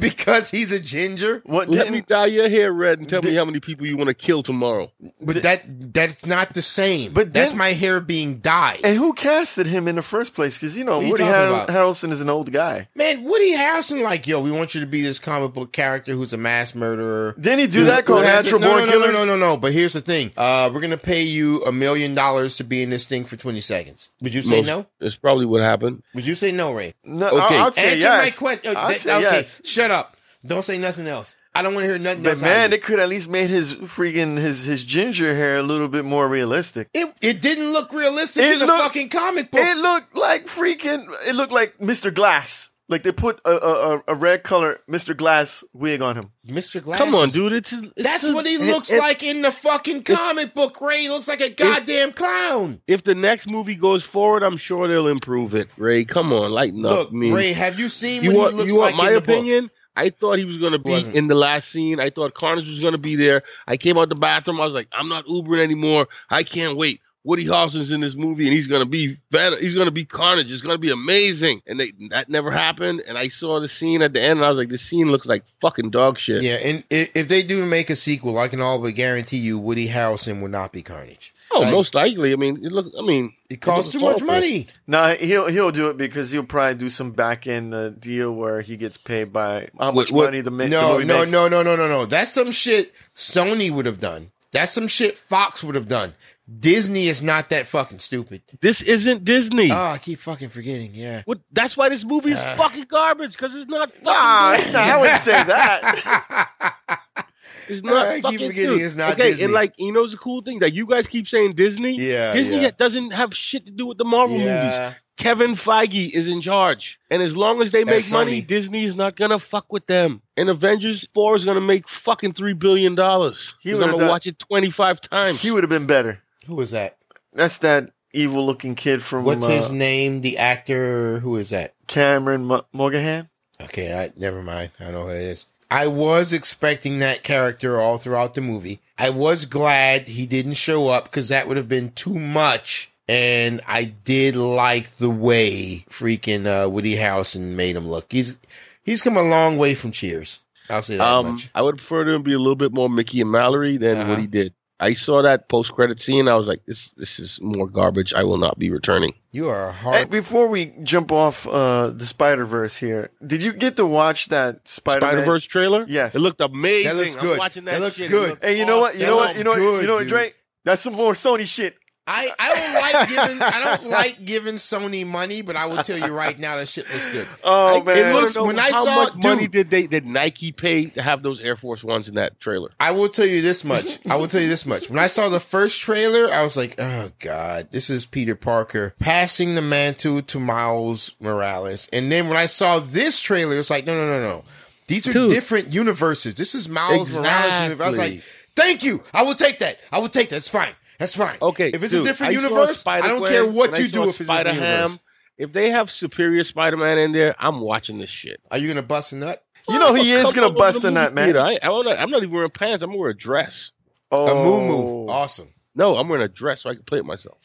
Speaker 2: because he's a ginger?
Speaker 3: What
Speaker 4: Let me
Speaker 3: didn't
Speaker 4: dye your hair red and tell me
Speaker 3: Did-
Speaker 4: how many people you want to kill tomorrow.
Speaker 2: But that that's not the same.
Speaker 3: But
Speaker 2: But that's
Speaker 3: then-
Speaker 2: my hair being dyed.
Speaker 3: and who casted him in the first place? Because you know
Speaker 2: What are you
Speaker 3: Woody
Speaker 2: talking
Speaker 3: Har-
Speaker 2: about?
Speaker 3: Harrelson is an old guy.
Speaker 2: Man, Woody Harrelson, like, yo, we want you to be this comic book character who's a mass murderer.
Speaker 3: Didn't he do that
Speaker 2: Who
Speaker 3: called
Speaker 2: has it?
Speaker 3: Natural
Speaker 2: no,
Speaker 3: Born
Speaker 2: no, no,
Speaker 3: Killers?
Speaker 2: No, no, no, no. But here's the thing: uh, we're gonna pay you a million dollars to be in this thing for 20 seconds. Would you say
Speaker 4: Most-
Speaker 2: no?
Speaker 4: That's probably what happened.
Speaker 2: Would you say no, Ray?
Speaker 3: No,
Speaker 4: Okay.
Speaker 3: I- I'd say
Speaker 2: Answer
Speaker 3: yes.
Speaker 2: my question.
Speaker 3: I'd say
Speaker 2: okay,
Speaker 3: yes.
Speaker 2: shut up. Don't say nothing else. I don't want to hear nothing
Speaker 3: But
Speaker 2: else.
Speaker 3: man,
Speaker 2: out
Speaker 3: they
Speaker 2: of
Speaker 3: could at least made his freaking his his ginger hair a little bit more realistic.
Speaker 2: you. it, it didn't look realistic
Speaker 3: It
Speaker 2: in the
Speaker 3: look-
Speaker 2: fucking comic book.
Speaker 3: It looked like freaking. It looked like Mr. Glass. Like they put a a, a- a red color Mr. Glass wig on him.
Speaker 2: Mr. Glass,
Speaker 4: Come on,
Speaker 2: is-
Speaker 4: dude. It's, it's
Speaker 2: That's
Speaker 4: a-
Speaker 2: what he
Speaker 4: it-
Speaker 2: looks
Speaker 4: it-
Speaker 2: like in the fucking comic book, Ray. He looks like a goddamn clown.
Speaker 4: If the next movie goes forward, I'm sure they'll improve it. Ray, come on, lighten up.
Speaker 2: Look,
Speaker 4: I mean,
Speaker 2: Ray, have you seen
Speaker 4: you
Speaker 2: what
Speaker 4: want,
Speaker 2: he looks
Speaker 4: you want
Speaker 2: like
Speaker 4: my
Speaker 2: in the book?
Speaker 4: opinion? I thought he was going to be
Speaker 2: Wasn't.
Speaker 4: in the last scene. I thought Carnage was going to be there. I came out the bathroom. I was like, I'm not Ubering anymore. I can't wait. Woody Harrelson's in this movie, and he's going to be Venom. He's going to be Carnage. It's going to be amazing. And they, that never happened. And I saw the scene at the end, and I was like, this scene looks like fucking dog shit.
Speaker 2: Yeah, and if, if they do make a sequel, I can all but guarantee you Woody Harrelson will not be Carnage.
Speaker 4: Oh,
Speaker 2: Like,
Speaker 4: most likely. I mean, it look. I mean,
Speaker 2: It costs too much money.
Speaker 3: No, he'll he'll do it because he'll probably do some back end uh, deal where he gets paid by how much
Speaker 4: What- what-
Speaker 3: money the ma- the
Speaker 2: No,
Speaker 3: movie
Speaker 2: no,
Speaker 3: makes.
Speaker 2: no, no, no, no, no. That's some shit Sony would have done. That's some shit Fox would have done. Disney is not that fucking stupid.
Speaker 4: This isn't Disney.
Speaker 2: Oh, I keep fucking forgetting. Yeah.
Speaker 4: what, that's why this movie is
Speaker 2: Uh.
Speaker 4: fucking garbage because it's not fucking.
Speaker 3: Nah, it's Ah, not, I wouldn't say that.
Speaker 4: It's not
Speaker 2: I keep
Speaker 4: fucking
Speaker 2: forgetting
Speaker 4: dude.
Speaker 2: it's not
Speaker 4: okay,
Speaker 2: Disney.
Speaker 4: and like you know, it's a cool thing that you guys keep saying Disney.
Speaker 2: Yeah,
Speaker 4: Disney
Speaker 2: yeah.
Speaker 4: doesn't have shit to do with the Marvel movies.
Speaker 2: yeah.
Speaker 4: Kevin Feige is in charge, and as long as they
Speaker 2: That's
Speaker 4: make money,
Speaker 2: Sony.
Speaker 4: Disney is not gonna fuck with them. And Avengers Four is gonna make fucking three billion dollars.
Speaker 3: He
Speaker 4: I'm
Speaker 3: would've
Speaker 4: gonna
Speaker 3: done-
Speaker 4: watch it twenty five times.
Speaker 3: He would have been better.
Speaker 2: Who was that?
Speaker 3: That's that evil looking kid from
Speaker 2: What's
Speaker 3: uh,
Speaker 2: his name? The actor. Who is that?
Speaker 3: Cameron Mo- Mogahan.
Speaker 2: Okay, I, never mind. I know who it is. I was expecting that character all throughout the movie. I was glad he didn't show up because that would have been too much. And I did like the way freaking uh, Woody Harrelson made him look. He's he's come a long way from Cheers. I'll say that
Speaker 4: um,
Speaker 2: much.
Speaker 4: I would prefer to be a little bit more Mickey and Mallory than
Speaker 2: Uh-huh.
Speaker 4: what he did. I saw that post credit scene. I was like, this this is more garbage. I will not be returning.
Speaker 2: You are a hard.
Speaker 3: Hey, before we jump off uh, the Spider Verse here, did you get to watch that Spider
Speaker 4: Spider
Speaker 3: Verse?
Speaker 4: Verse trailer.
Speaker 3: Yes.
Speaker 4: it looked amazing.
Speaker 2: That looks
Speaker 4: I'm
Speaker 2: good.
Speaker 4: watching that,
Speaker 2: That looks
Speaker 4: shit.
Speaker 2: good.
Speaker 4: It looked
Speaker 3: Hey, you know what? You know what?
Speaker 2: That
Speaker 3: You know.
Speaker 2: looks
Speaker 3: You know what,
Speaker 2: good,
Speaker 3: Drake? That's some more Sony shit.
Speaker 2: I, I don't like giving I don't like giving Sony money, but I will tell you right now that shit looks good.
Speaker 3: Oh man,
Speaker 2: it looks
Speaker 4: awesome.
Speaker 2: when I
Speaker 4: how
Speaker 2: saw
Speaker 4: much
Speaker 2: dude,
Speaker 4: money did they did Nike pay to have those Air Force Ones in that trailer?
Speaker 2: I will tell you this much. I will tell you this much. When I saw the first trailer, I was like, "Oh God, this is Peter Parker passing the mantle to Miles Morales." And then when I saw this trailer, it's like, "No, no, no, no. These are
Speaker 4: Dude.
Speaker 2: different universes. This is Miles Morales." universe." I was like, "Thank you. I will take that. I will take that. It's fine. That's fine.
Speaker 4: Okay,
Speaker 2: If it's a
Speaker 4: dude,
Speaker 2: different
Speaker 4: I saw
Speaker 2: universe, I don't care
Speaker 4: Spider-Gwen,
Speaker 2: what
Speaker 4: and I
Speaker 2: you
Speaker 4: saw
Speaker 2: do. If it's a different
Speaker 4: Spider-Ham.
Speaker 2: universe,
Speaker 4: If they have Superior Spider Man in there, I'm watching this shit.
Speaker 2: are you gonna bust a nut?"
Speaker 3: You know
Speaker 4: I'm
Speaker 3: he is
Speaker 4: come
Speaker 3: gonna
Speaker 4: over to
Speaker 3: bust
Speaker 4: the
Speaker 3: in that
Speaker 4: movie
Speaker 3: man.
Speaker 4: theater. I, I'm, not, I'm not even wearing pants. I'm gonna wear a dress.
Speaker 3: Oh,
Speaker 2: A moo moo. Awesome.
Speaker 4: No, I'm wearing a dress so I can play it myself.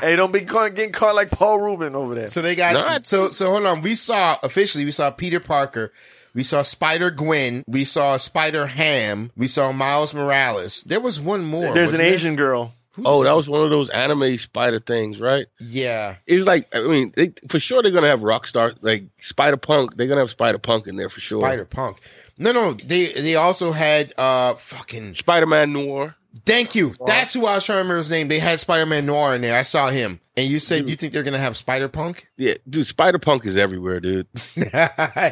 Speaker 3: hey, don't be caught, getting caught like Paul Rubin over there.
Speaker 2: So they got
Speaker 4: Not-
Speaker 2: so so hold on. We saw officially we saw Peter Parker, we saw Spider Gwen, we saw Spider Ham, we saw Miles Morales. There was one more.
Speaker 3: There's an
Speaker 2: wasn't there?
Speaker 3: Asian girl.
Speaker 2: Who-
Speaker 4: Oh, that was one of those anime spider things, right?
Speaker 2: yeah.
Speaker 4: It's like I mean, they, for sure they're gonna have Rockstar like Spider Punk. They're gonna have Spider Punk in there for sure.
Speaker 2: Spider Punk. No, no, they they also had uh fucking
Speaker 4: Spider Man Noir.
Speaker 2: thank you. That's who I was trying to remember his name. They had Spider Man Noir in there. I saw him, and you said you think they're gonna have Spider Punk?
Speaker 4: Yeah, dude, Spider Punk is everywhere, dude.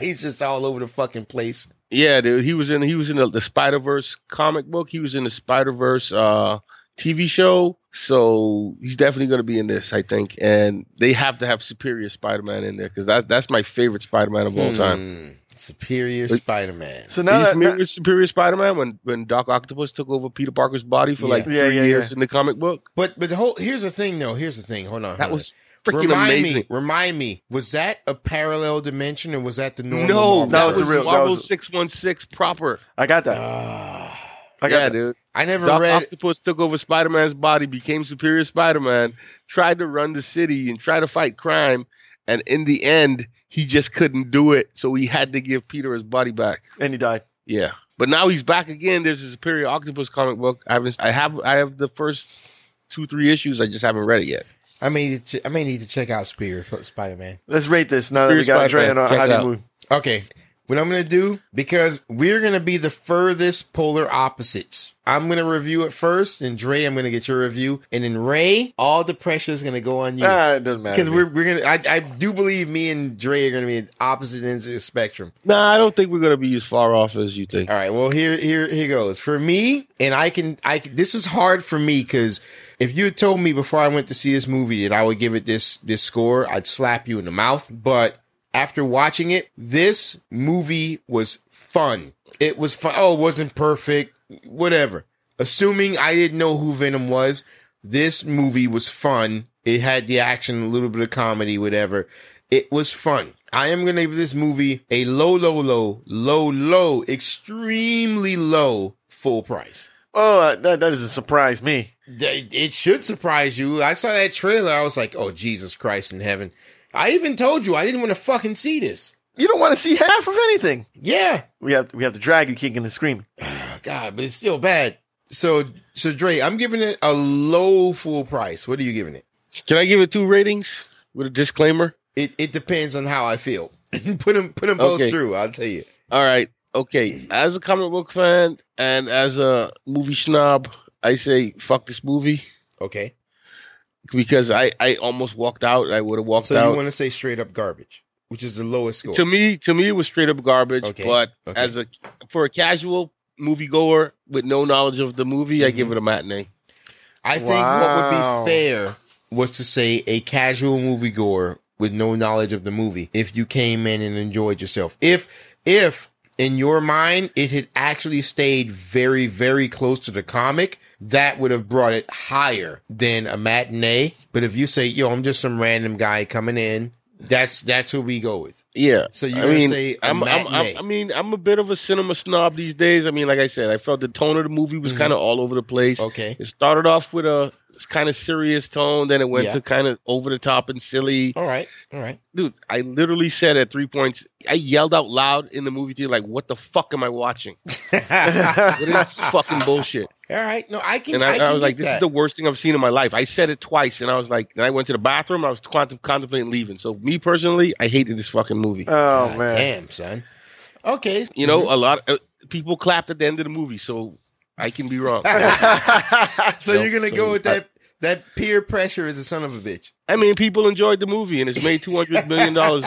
Speaker 2: He's just all over the fucking place.
Speaker 4: Yeah, dude, he was in he was in the, the Spider Verse comic book. He was in the Spider Verse uh, TV show. So he's definitely going to be in this, I think. And they have to have Superior Spider Man in there because that that's my favorite Spider Man of all time.
Speaker 2: Hmm. Superior Spider Man.
Speaker 3: So
Speaker 4: Are
Speaker 3: now
Speaker 4: you
Speaker 3: that,
Speaker 4: familiar with Superior Spider Man when when Doc Octopus took over Peter Parker's body for like three
Speaker 3: Yeah, yeah,
Speaker 4: years
Speaker 3: yeah.
Speaker 4: in the comic book?
Speaker 2: But but the whole here's the thing though. Here's the thing. Hold on.
Speaker 4: That
Speaker 2: hold on.
Speaker 4: was freaking
Speaker 2: remind
Speaker 4: amazing.
Speaker 2: me. Remind me. Was that a parallel dimension or was that the normal?
Speaker 4: No,
Speaker 2: Marvel
Speaker 4: that was,
Speaker 3: the
Speaker 2: universe?
Speaker 3: real- that
Speaker 4: Marvel
Speaker 3: was-
Speaker 4: six one six proper.
Speaker 3: I got that.
Speaker 2: Ah.
Speaker 3: I got
Speaker 4: Yeah,
Speaker 3: that.
Speaker 4: dude.
Speaker 2: I never
Speaker 4: Doc
Speaker 2: read.
Speaker 4: Octopus took over Spider Man's body, became Superior Spider Man, tried to run the city and try to fight crime, and in the end, he just couldn't do it, so he had to give Peter his body back.
Speaker 3: And he died.
Speaker 4: Yeah, but now he's back again. There's a Superior Octopus comic book. I haven't. I have. I have the first two, three issues. I just haven't read it yet.
Speaker 2: I may need to, I may need to check out Spear Spider Man.
Speaker 3: Let's rate this now that we
Speaker 4: Here's
Speaker 3: got
Speaker 4: five,
Speaker 3: Dre
Speaker 4: man.
Speaker 3: on our
Speaker 4: Check it out.
Speaker 3: honeymoon.
Speaker 2: Okay. What I'm gonna do because we're gonna be the furthest polar opposites. I'm gonna review it first, and Dre, I'm gonna get your review, and then Ray, all the pressure is gonna go on you.
Speaker 3: Ah, it doesn't matter.
Speaker 2: because we're, we're gonna, I, I do believe me and Dre are gonna be at opposite ends of the spectrum.
Speaker 4: Nah, I don't think we're gonna be as far off as you think.
Speaker 2: All right. Well, here, here, here goes. For me, and I can, I can- this is hard for me because if you had told me before I went to see this movie that I would give it this this score, I'd slap you in the mouth. But after watching it, this movie was fun. It was fun. Oh, it wasn't perfect. Whatever. Assuming I didn't know who Venom was, this movie was fun. It had the action, a little bit of comedy, whatever. It was fun. I am going to give this movie a low, low, low, low, low, extremely low full price.
Speaker 3: oh, that, that doesn't surprise me.
Speaker 2: Th- It should surprise you. I saw that trailer. I was like, oh, Jesus Christ in heaven. I even told you I didn't want to fucking see this.
Speaker 3: You don't want to see half of anything.
Speaker 2: Yeah.
Speaker 3: We have we have the dragon kicking and screaming.
Speaker 2: Oh, God, but it's still bad. So, so Dre, I'm giving it a low full price. What are you giving it?
Speaker 4: Can I give it two ratings with a disclaimer?
Speaker 2: It it depends on how I feel. put them put them both
Speaker 4: Okay.
Speaker 2: through. I'll tell you.
Speaker 4: All right. okay, as a comic book fan and as a movie snob, I say fuck this movie
Speaker 2: Okay.
Speaker 4: because I, I almost walked out. I would have walked
Speaker 2: So you
Speaker 4: out.
Speaker 2: want to say straight up garbage, which is the lowest score.
Speaker 4: To me, to me, it was straight up garbage.
Speaker 2: Okay,
Speaker 4: But
Speaker 2: okay.
Speaker 4: as a for a casual moviegoer with no knowledge of the movie,
Speaker 2: Mm-hmm.
Speaker 4: I give it a matinee.
Speaker 2: I think what
Speaker 3: Wow.
Speaker 2: would be fair was to say a casual moviegoer with no knowledge of the movie if you came in and enjoyed yourself. If if in your mind it had actually stayed very very close to the comic, that would have brought it higher than a matinee. But if you say, "Yo, I'm just some random guy coming in," that's that's what we go with.
Speaker 4: Yeah.
Speaker 2: So you're
Speaker 4: I
Speaker 2: gonna
Speaker 4: mean,
Speaker 2: say a
Speaker 4: I'm, I'm,
Speaker 2: matinee.
Speaker 4: I'm, I mean, I'm a bit of a cinema snob these days. I mean, like I said, I felt the tone of the movie was kind of all over the place.
Speaker 2: Mm-hmm. Okay.
Speaker 4: It started off with a kind of serious tone, then it went
Speaker 2: Yeah.
Speaker 4: to kind of over the top and silly.
Speaker 2: All right. All right.
Speaker 4: Dude, I literally said at three points, I yelled out loud in the movie theater, like, "What the fuck am I watching?
Speaker 3: Oh,
Speaker 4: What is this fucking bullshit?"
Speaker 2: All right. No, I can.
Speaker 4: And
Speaker 2: I,
Speaker 4: I,
Speaker 2: can
Speaker 4: I was like,
Speaker 2: get
Speaker 4: "This is
Speaker 2: that.
Speaker 4: the worst thing I've seen in my life." I said it twice, and I was like, and I went to the bathroom. I was quantum- contemplating leaving. So, me personally, I hated this fucking movie.
Speaker 3: Oh
Speaker 2: God
Speaker 3: man.
Speaker 2: damn son. Okay.
Speaker 4: you know, a lot of uh, people clapped at the end of the movie, so I can be wrong.
Speaker 2: so
Speaker 4: Nope.
Speaker 2: you're gonna
Speaker 4: So
Speaker 2: go with
Speaker 4: I-
Speaker 2: that that peer pressure is a son of a bitch.
Speaker 4: I mean, people enjoyed the movie, and it's made two hundred million dollars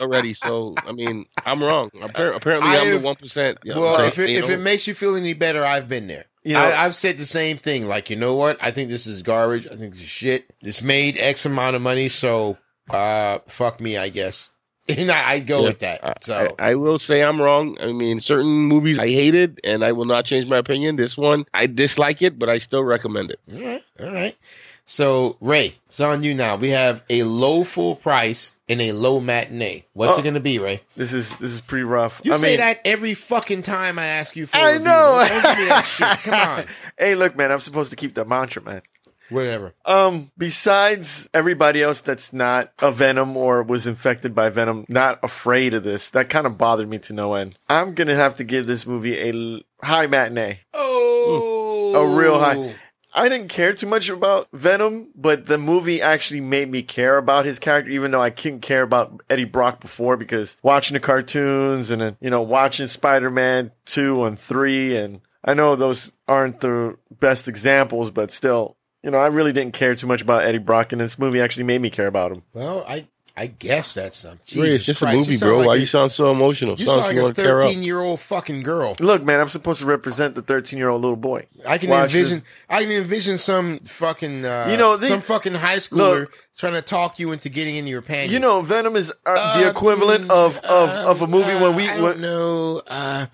Speaker 4: already. So, I mean, I'm wrong. Appar- apparently,
Speaker 2: I
Speaker 4: I'm the
Speaker 2: have-
Speaker 4: one percent.
Speaker 2: well, if it, if it makes you feel any better, I've been there.
Speaker 3: You know-
Speaker 2: I, I've said the same thing. Like, you know what? I think this is garbage. I think this is shit. This made X amount of money, so uh, fuck me, I guess. And I, I go
Speaker 4: Yeah.
Speaker 2: with that. So
Speaker 4: I, I will say I'm wrong. I mean, certain movies I hated, and I will not change my opinion. This one, I dislike it, but I still recommend it.
Speaker 2: All right, all right. So Ray, it's on you now. We have a low full price and a low matinee. What's
Speaker 3: Oh.
Speaker 2: it going to be, Ray?
Speaker 3: This is this is pretty rough.
Speaker 2: You
Speaker 3: I
Speaker 2: say
Speaker 3: mean,
Speaker 2: that every fucking time I ask you for. a
Speaker 3: I
Speaker 2: review.
Speaker 3: know.
Speaker 2: Don't give me that shit. Come on.
Speaker 3: hey, look, man, I'm supposed to keep that mantra, man.
Speaker 2: Whatever.
Speaker 3: Um, besides everybody else that's not a Venom or was infected by Venom, not afraid of this, that kind of bothered me to no end. I'm gonna have to give this movie a l- high matinee.
Speaker 2: Oh,
Speaker 3: A real high. I didn't care too much about Venom, but the movie actually made me care about his character, even though I couldn't care about Eddie Brock before because watching the cartoons and then, you know, watching Spider Man 2 and 3. And I know those aren't the best examples, but still, you know, I really didn't care too much about Eddie Brock, and this movie actually made me care about him.
Speaker 2: Well, I I guess that's something.
Speaker 4: Ray,
Speaker 2: Jesus
Speaker 4: it's just
Speaker 2: Christ,
Speaker 4: a movie,
Speaker 2: sound
Speaker 4: bro.
Speaker 2: like
Speaker 4: Why
Speaker 2: a-
Speaker 4: you sound so emotional?
Speaker 2: you
Speaker 4: Sounds
Speaker 2: sound like a
Speaker 4: wanna tear up.
Speaker 2: thirteen-year-old fucking girl.
Speaker 3: Look, man, I'm supposed to represent the 13 year old little boy.
Speaker 2: I can
Speaker 3: Watch
Speaker 2: envision. I can envision some fucking, uh,
Speaker 3: You know, the-
Speaker 2: some fucking high schooler trying to talk you into getting into your pants.
Speaker 3: You know, Venom is uh, the
Speaker 2: Uh,
Speaker 3: equivalent
Speaker 2: mm,
Speaker 3: of, of,
Speaker 2: um,
Speaker 3: of a movie
Speaker 2: uh,
Speaker 3: when we.
Speaker 2: I
Speaker 3: when-
Speaker 2: don't know. Uh,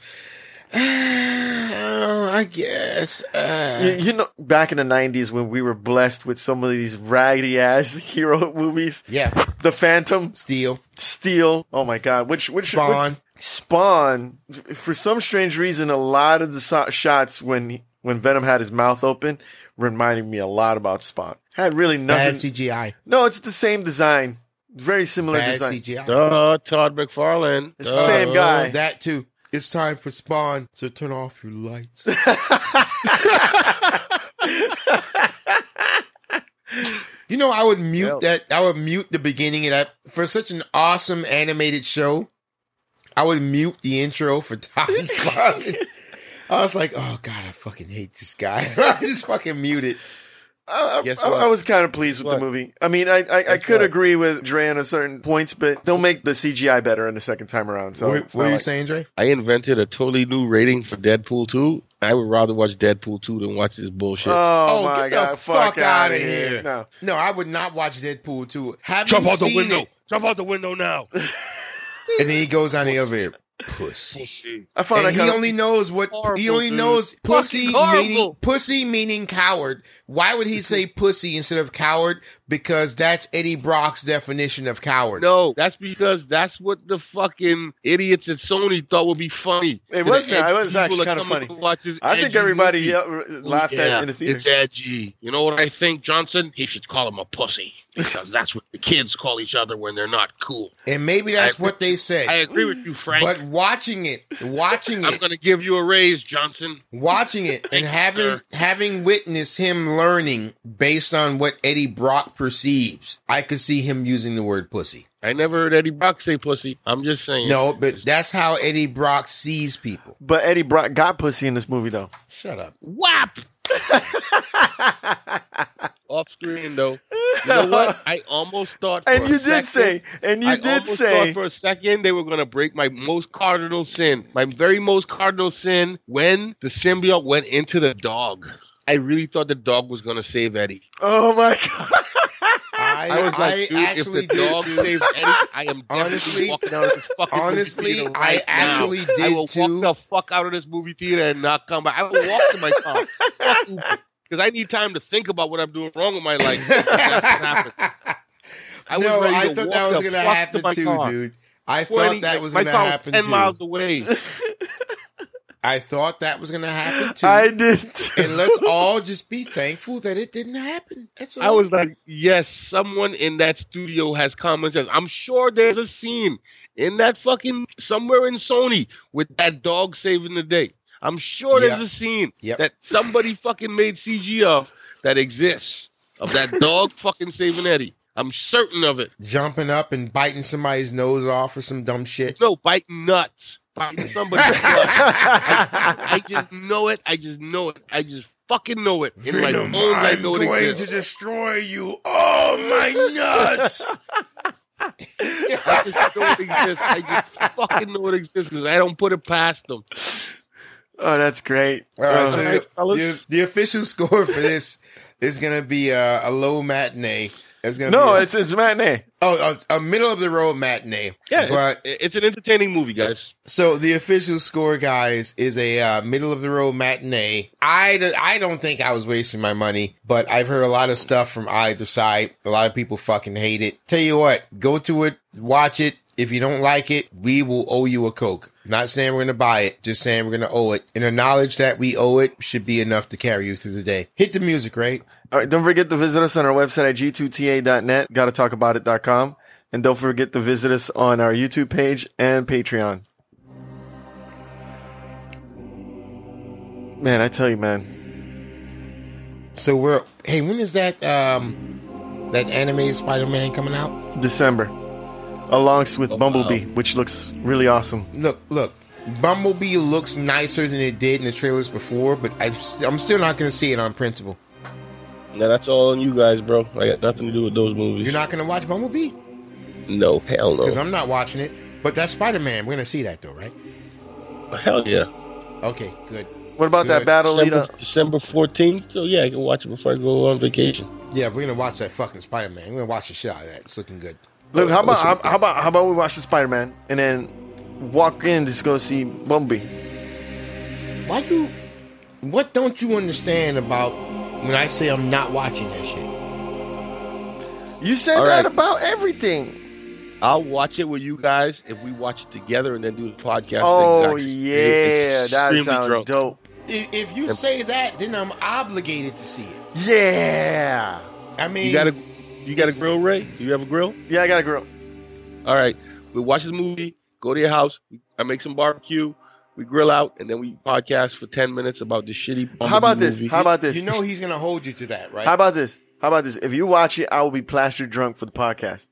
Speaker 2: oh, I guess.
Speaker 3: You,
Speaker 2: Uh,
Speaker 3: you know, back in the '90s when we were blessed with some of these raggedy ass hero movies,
Speaker 2: yeah.
Speaker 3: The Phantom,
Speaker 2: Steel.
Speaker 3: Steel. Oh my God, which which
Speaker 2: Spawn.
Speaker 3: which- Spawn. f- For some strange reason, a lot of the so- shots when when Venom had his mouth open reminded me a lot about Spawn. Had really
Speaker 2: Bad
Speaker 3: nothing.
Speaker 2: CGI.
Speaker 3: no, it's the same design. Very similar
Speaker 2: Bad
Speaker 3: design.
Speaker 2: CGI.
Speaker 4: Duh, Todd McFarlane.
Speaker 3: It's the
Speaker 4: Oh,
Speaker 3: same guy.
Speaker 2: That too. It's time for Spawn. So turn off your lights. you know, I would mute that. I would mute the beginning of that for such an awesome animated show. I would mute the intro for Todd and Spawn. I was like, oh god, I fucking hate this guy. I just fucking muted.
Speaker 3: I, I,
Speaker 4: Guess
Speaker 3: I
Speaker 4: what?
Speaker 3: I was kind of pleased with
Speaker 4: What?
Speaker 3: the movie. I mean, I, I, I
Speaker 4: Guess
Speaker 3: could
Speaker 4: what?
Speaker 3: agree with Dre on a certain points, but they'll make the CGI better in the second time around. So
Speaker 2: what
Speaker 3: it's
Speaker 2: what
Speaker 3: not
Speaker 2: are you
Speaker 3: like-
Speaker 2: saying, Dre?
Speaker 4: I invented a totally new rating for Deadpool 2. I would rather watch Deadpool 2 than watch this bullshit.
Speaker 3: Oh,
Speaker 2: Oh,
Speaker 3: my
Speaker 2: get the
Speaker 3: God,
Speaker 2: fuck
Speaker 3: outta
Speaker 2: outta here.
Speaker 3: No.
Speaker 2: No, I would not watch Deadpool 2. Having
Speaker 4: Jump out the
Speaker 2: seen
Speaker 4: window!
Speaker 2: it-
Speaker 4: Jump out the window now!
Speaker 2: and then he goes on the elevator. Pussy.
Speaker 3: I found I
Speaker 2: and he
Speaker 3: kinda,
Speaker 2: only knows what he
Speaker 4: Horrible,
Speaker 2: only
Speaker 4: dude.
Speaker 2: knows pussy
Speaker 4: Fucking
Speaker 2: meaning
Speaker 4: horrible.
Speaker 2: pussy meaning coward. Why would he say pussy instead of coward? Because that's Eddie Brock's definition of coward.
Speaker 4: No, that's because that's what the fucking idiots at Sony thought would be funny.
Speaker 3: It was-
Speaker 4: The edgy
Speaker 3: it was
Speaker 4: people
Speaker 3: actually
Speaker 4: that
Speaker 3: kinda
Speaker 4: come and
Speaker 3: funny.
Speaker 4: watch this
Speaker 3: I think
Speaker 4: edgy
Speaker 3: everybody
Speaker 4: movie.
Speaker 3: yell- r- laughed at
Speaker 4: Yeah,
Speaker 3: it in the theater.
Speaker 4: It's edgy. You know what I think, Johnson? He should call him a pussy because that's what the kids call each other when they're not cool.
Speaker 2: And maybe that's
Speaker 4: I-
Speaker 2: what they said.
Speaker 4: I agree with you, Frank.
Speaker 2: but watching it, watching
Speaker 4: I'm
Speaker 2: it,
Speaker 4: going to give you a raise, Johnson.
Speaker 2: watching it, and having
Speaker 4: sir.
Speaker 2: having witnessed him learning based on what Eddie Brock perceives, I could see him using the word pussy.
Speaker 4: I never heard Eddie Brock say pussy. I'm just saying.
Speaker 2: No, but that's how Eddie Brock sees people.
Speaker 3: But Eddie Brock got pussy in this movie, though.
Speaker 2: Shut up.
Speaker 4: Whap! Off screen, though. You know what? I almost thought. for
Speaker 3: and
Speaker 4: a
Speaker 3: you did
Speaker 4: second-
Speaker 3: say, and you
Speaker 4: I
Speaker 3: did
Speaker 4: almost
Speaker 3: say,
Speaker 4: thought for a second they were going to break my most cardinal sin, my very most cardinal sin, when the symbiote went into the dog. I really thought the dog was going to save Eddie.
Speaker 3: oh my God.
Speaker 2: I,
Speaker 4: I was like, dude,
Speaker 2: I
Speaker 4: if
Speaker 2: actually
Speaker 4: the
Speaker 2: did
Speaker 4: dog
Speaker 2: too.
Speaker 4: saves Eddie, I am definitely
Speaker 2: Honestly-
Speaker 4: walking out of this fucking
Speaker 2: honestly,
Speaker 4: movie theater
Speaker 2: I
Speaker 4: right
Speaker 2: actually
Speaker 4: now.
Speaker 2: did
Speaker 4: I will
Speaker 2: too.
Speaker 4: walk the fuck out of this movie theater and not come back. I will walk to my car because I need time to think about what I'm doing wrong with my life. That's what happened. I was
Speaker 2: no,
Speaker 4: ready
Speaker 2: I
Speaker 4: to
Speaker 2: thought
Speaker 4: walk
Speaker 2: that
Speaker 4: the
Speaker 2: was gonna
Speaker 4: fuck to
Speaker 2: happen
Speaker 4: my
Speaker 2: too,
Speaker 4: car.
Speaker 2: dude. I
Speaker 4: 20
Speaker 2: thought that was
Speaker 4: my
Speaker 2: gonna
Speaker 4: car was
Speaker 2: happen
Speaker 4: Ten
Speaker 2: too.
Speaker 4: miles away.
Speaker 2: I thought that was gonna happen too.
Speaker 3: I did. too.
Speaker 2: and let's all just be thankful that it didn't happen. That's all.
Speaker 4: I was like, yes, someone in that studio has common sense. I'm sure there's a scene in that fucking somewhere in Sony with that dog saving the day. I'm sure
Speaker 2: Yeah.
Speaker 4: there's a scene
Speaker 2: Yep.
Speaker 4: that somebody fucking made CG of that exists of that dog fucking saving Eddie. I'm certain of it.
Speaker 2: jumping up and biting somebody's nose off or some dumb shit.
Speaker 4: No, bite nuts. Bite somebody's nuts. I just know it. I just know it. I just fucking know it. In my bones, I know it exists.
Speaker 2: destroy you. Oh my nuts!
Speaker 4: I just know it exists. I just fucking know it exists 'cause I don't put it past them.
Speaker 3: oh, that's great.
Speaker 2: All right,
Speaker 3: Oh.
Speaker 2: so
Speaker 3: Alright, fellas.
Speaker 2: the, the official score for this is gonna be a, a low matinee. It's gonna
Speaker 3: no,
Speaker 2: be a,
Speaker 3: it's it's matinee.
Speaker 2: oh a, a middle of the road matinee.
Speaker 4: Yeah,
Speaker 2: but
Speaker 4: it's, it's an entertaining movie, guys.
Speaker 2: So the official score, guys, is a uh, middle of the road matinee. I, d- I don't think I was wasting my money, but I've heard a lot of stuff from either side. A lot of people fucking hate it. Tell you what, go to it, watch it. If you don't like it, we will owe you a coke. Not saying we're gonna buy it, just saying we're gonna owe it. And the knowledge that we owe it should be enough to carry you through the day. Hit the music, right?
Speaker 3: All right, don't forget to visit us on our website at g2ta.net, gotta talk about it.com, and don't forget to visit us on our YouTube page and Patreon. Man, I tell you, man.
Speaker 2: So we're hey, when is that um that anime Spider Man coming out?
Speaker 3: December. Alongs with
Speaker 4: Oh,
Speaker 3: Bumblebee,
Speaker 4: wow.
Speaker 3: which looks really awesome.
Speaker 2: look, look. Bumblebee looks nicer than it did in the trailers before, but I'm, st- I'm still not going to see it on principle.
Speaker 4: Now that's all on you guys, bro. I got nothing to do with those movies.
Speaker 2: You're not going to watch Bumblebee
Speaker 4: No, hell
Speaker 3: Oh.
Speaker 2: because
Speaker 4: no.
Speaker 2: I'm not watching it. But that Spider Man, we're going to see that though, right?
Speaker 4: Hell yeah.
Speaker 2: Okay, good.
Speaker 3: What about that
Speaker 2: Good.
Speaker 3: battle
Speaker 4: December,
Speaker 3: leader?
Speaker 4: December 14th. So yeah, I can watch it before I go on vacation.
Speaker 2: Yeah, we're going to watch that fucking Spider Man. We're going to watch the shit out of that. It's looking good.
Speaker 3: Look, how about
Speaker 4: Listen.
Speaker 3: how, how about how about we watch the Spider Man and then walk in and just go see Bumblebee?
Speaker 2: Why do. What don't you understand about when I say I'm not watching that shit?
Speaker 3: You said
Speaker 4: All
Speaker 3: that
Speaker 4: right.
Speaker 3: about everything.
Speaker 4: I'll watch it with you guys if we watch it together and then do the podcast.
Speaker 3: Oh
Speaker 4: thing.
Speaker 3: yeah, that
Speaker 4: Extremely
Speaker 3: sounds
Speaker 4: drunk.
Speaker 3: dope.
Speaker 2: If, if you say that, then I'm obligated to see it.
Speaker 3: Yeah.
Speaker 2: I mean,
Speaker 4: You got a you got a grill, Ray? Do you have a grill?
Speaker 3: Yeah, I got a grill.
Speaker 4: All right, we watch the movie, go to your house. I make some barbecue. We grill out, and then we podcast for ten minutes about the shitty.
Speaker 3: How about
Speaker 4: Bumblebee
Speaker 3: this?
Speaker 4: movie.
Speaker 3: How about this?
Speaker 2: you know he's going to hold you to that, right?
Speaker 3: How about this? How about this? If you watch it, I will be plastered drunk for the podcast.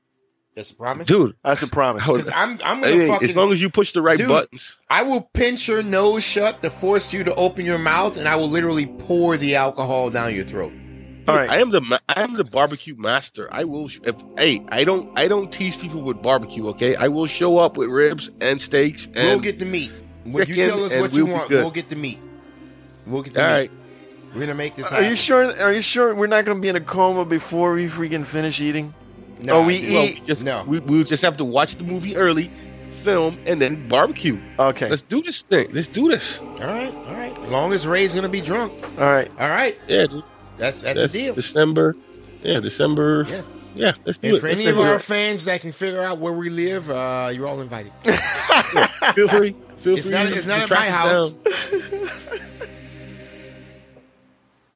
Speaker 2: That's a promise?
Speaker 4: dude?
Speaker 3: That's a promise.
Speaker 4: Hold-
Speaker 2: Because I'm, I'm going to
Speaker 4: Hey,
Speaker 2: fucking.
Speaker 4: as long as you push the right
Speaker 2: Dude.
Speaker 4: buttons.
Speaker 2: I will pinch your nose shut to force you to open your mouth, and I will literally pour the alcohol down your throat.
Speaker 3: All
Speaker 4: I
Speaker 3: right.
Speaker 4: am the ma- I am the barbecue master. I will sh- if hey I don't I don't tease people with barbecue. Okay, I will show up with ribs and steaks and
Speaker 2: we'll get the meat. When you
Speaker 4: Chicken
Speaker 2: tell us
Speaker 4: and
Speaker 2: what you
Speaker 4: we'll be
Speaker 2: want,
Speaker 4: good.
Speaker 2: we'll get the meat. We'll get the
Speaker 4: all
Speaker 2: meat.
Speaker 4: right.
Speaker 2: We're gonna make this
Speaker 3: Are
Speaker 2: happen.
Speaker 3: you sure? Are you sure we're not going to be in a coma before we freaking finish eating?
Speaker 2: Nah,
Speaker 3: Oh, we
Speaker 2: dude.
Speaker 4: Well,
Speaker 3: eat-
Speaker 4: we just
Speaker 2: No.
Speaker 4: we we'll just have to watch the movie early, film, and then barbecue.
Speaker 3: Okay.
Speaker 4: Let's do this thing. Let's do this.
Speaker 2: All right, all right. As long as Ray's gonna be drunk.
Speaker 3: All right.
Speaker 2: All right,
Speaker 4: Yeah, dude,
Speaker 2: that's that's, a deal.
Speaker 4: December. Yeah, December.
Speaker 2: Yeah.
Speaker 4: Yeah, let's do
Speaker 2: And
Speaker 4: it.
Speaker 2: for
Speaker 4: Let's
Speaker 2: any of
Speaker 4: do it.
Speaker 2: our fans that can figure out where we live, uh, you're all invited.
Speaker 4: feel free. Feel
Speaker 2: It's
Speaker 4: free
Speaker 2: not.
Speaker 4: to-
Speaker 2: It's
Speaker 4: to
Speaker 2: not at
Speaker 4: track
Speaker 2: my
Speaker 4: it
Speaker 2: house.
Speaker 4: down.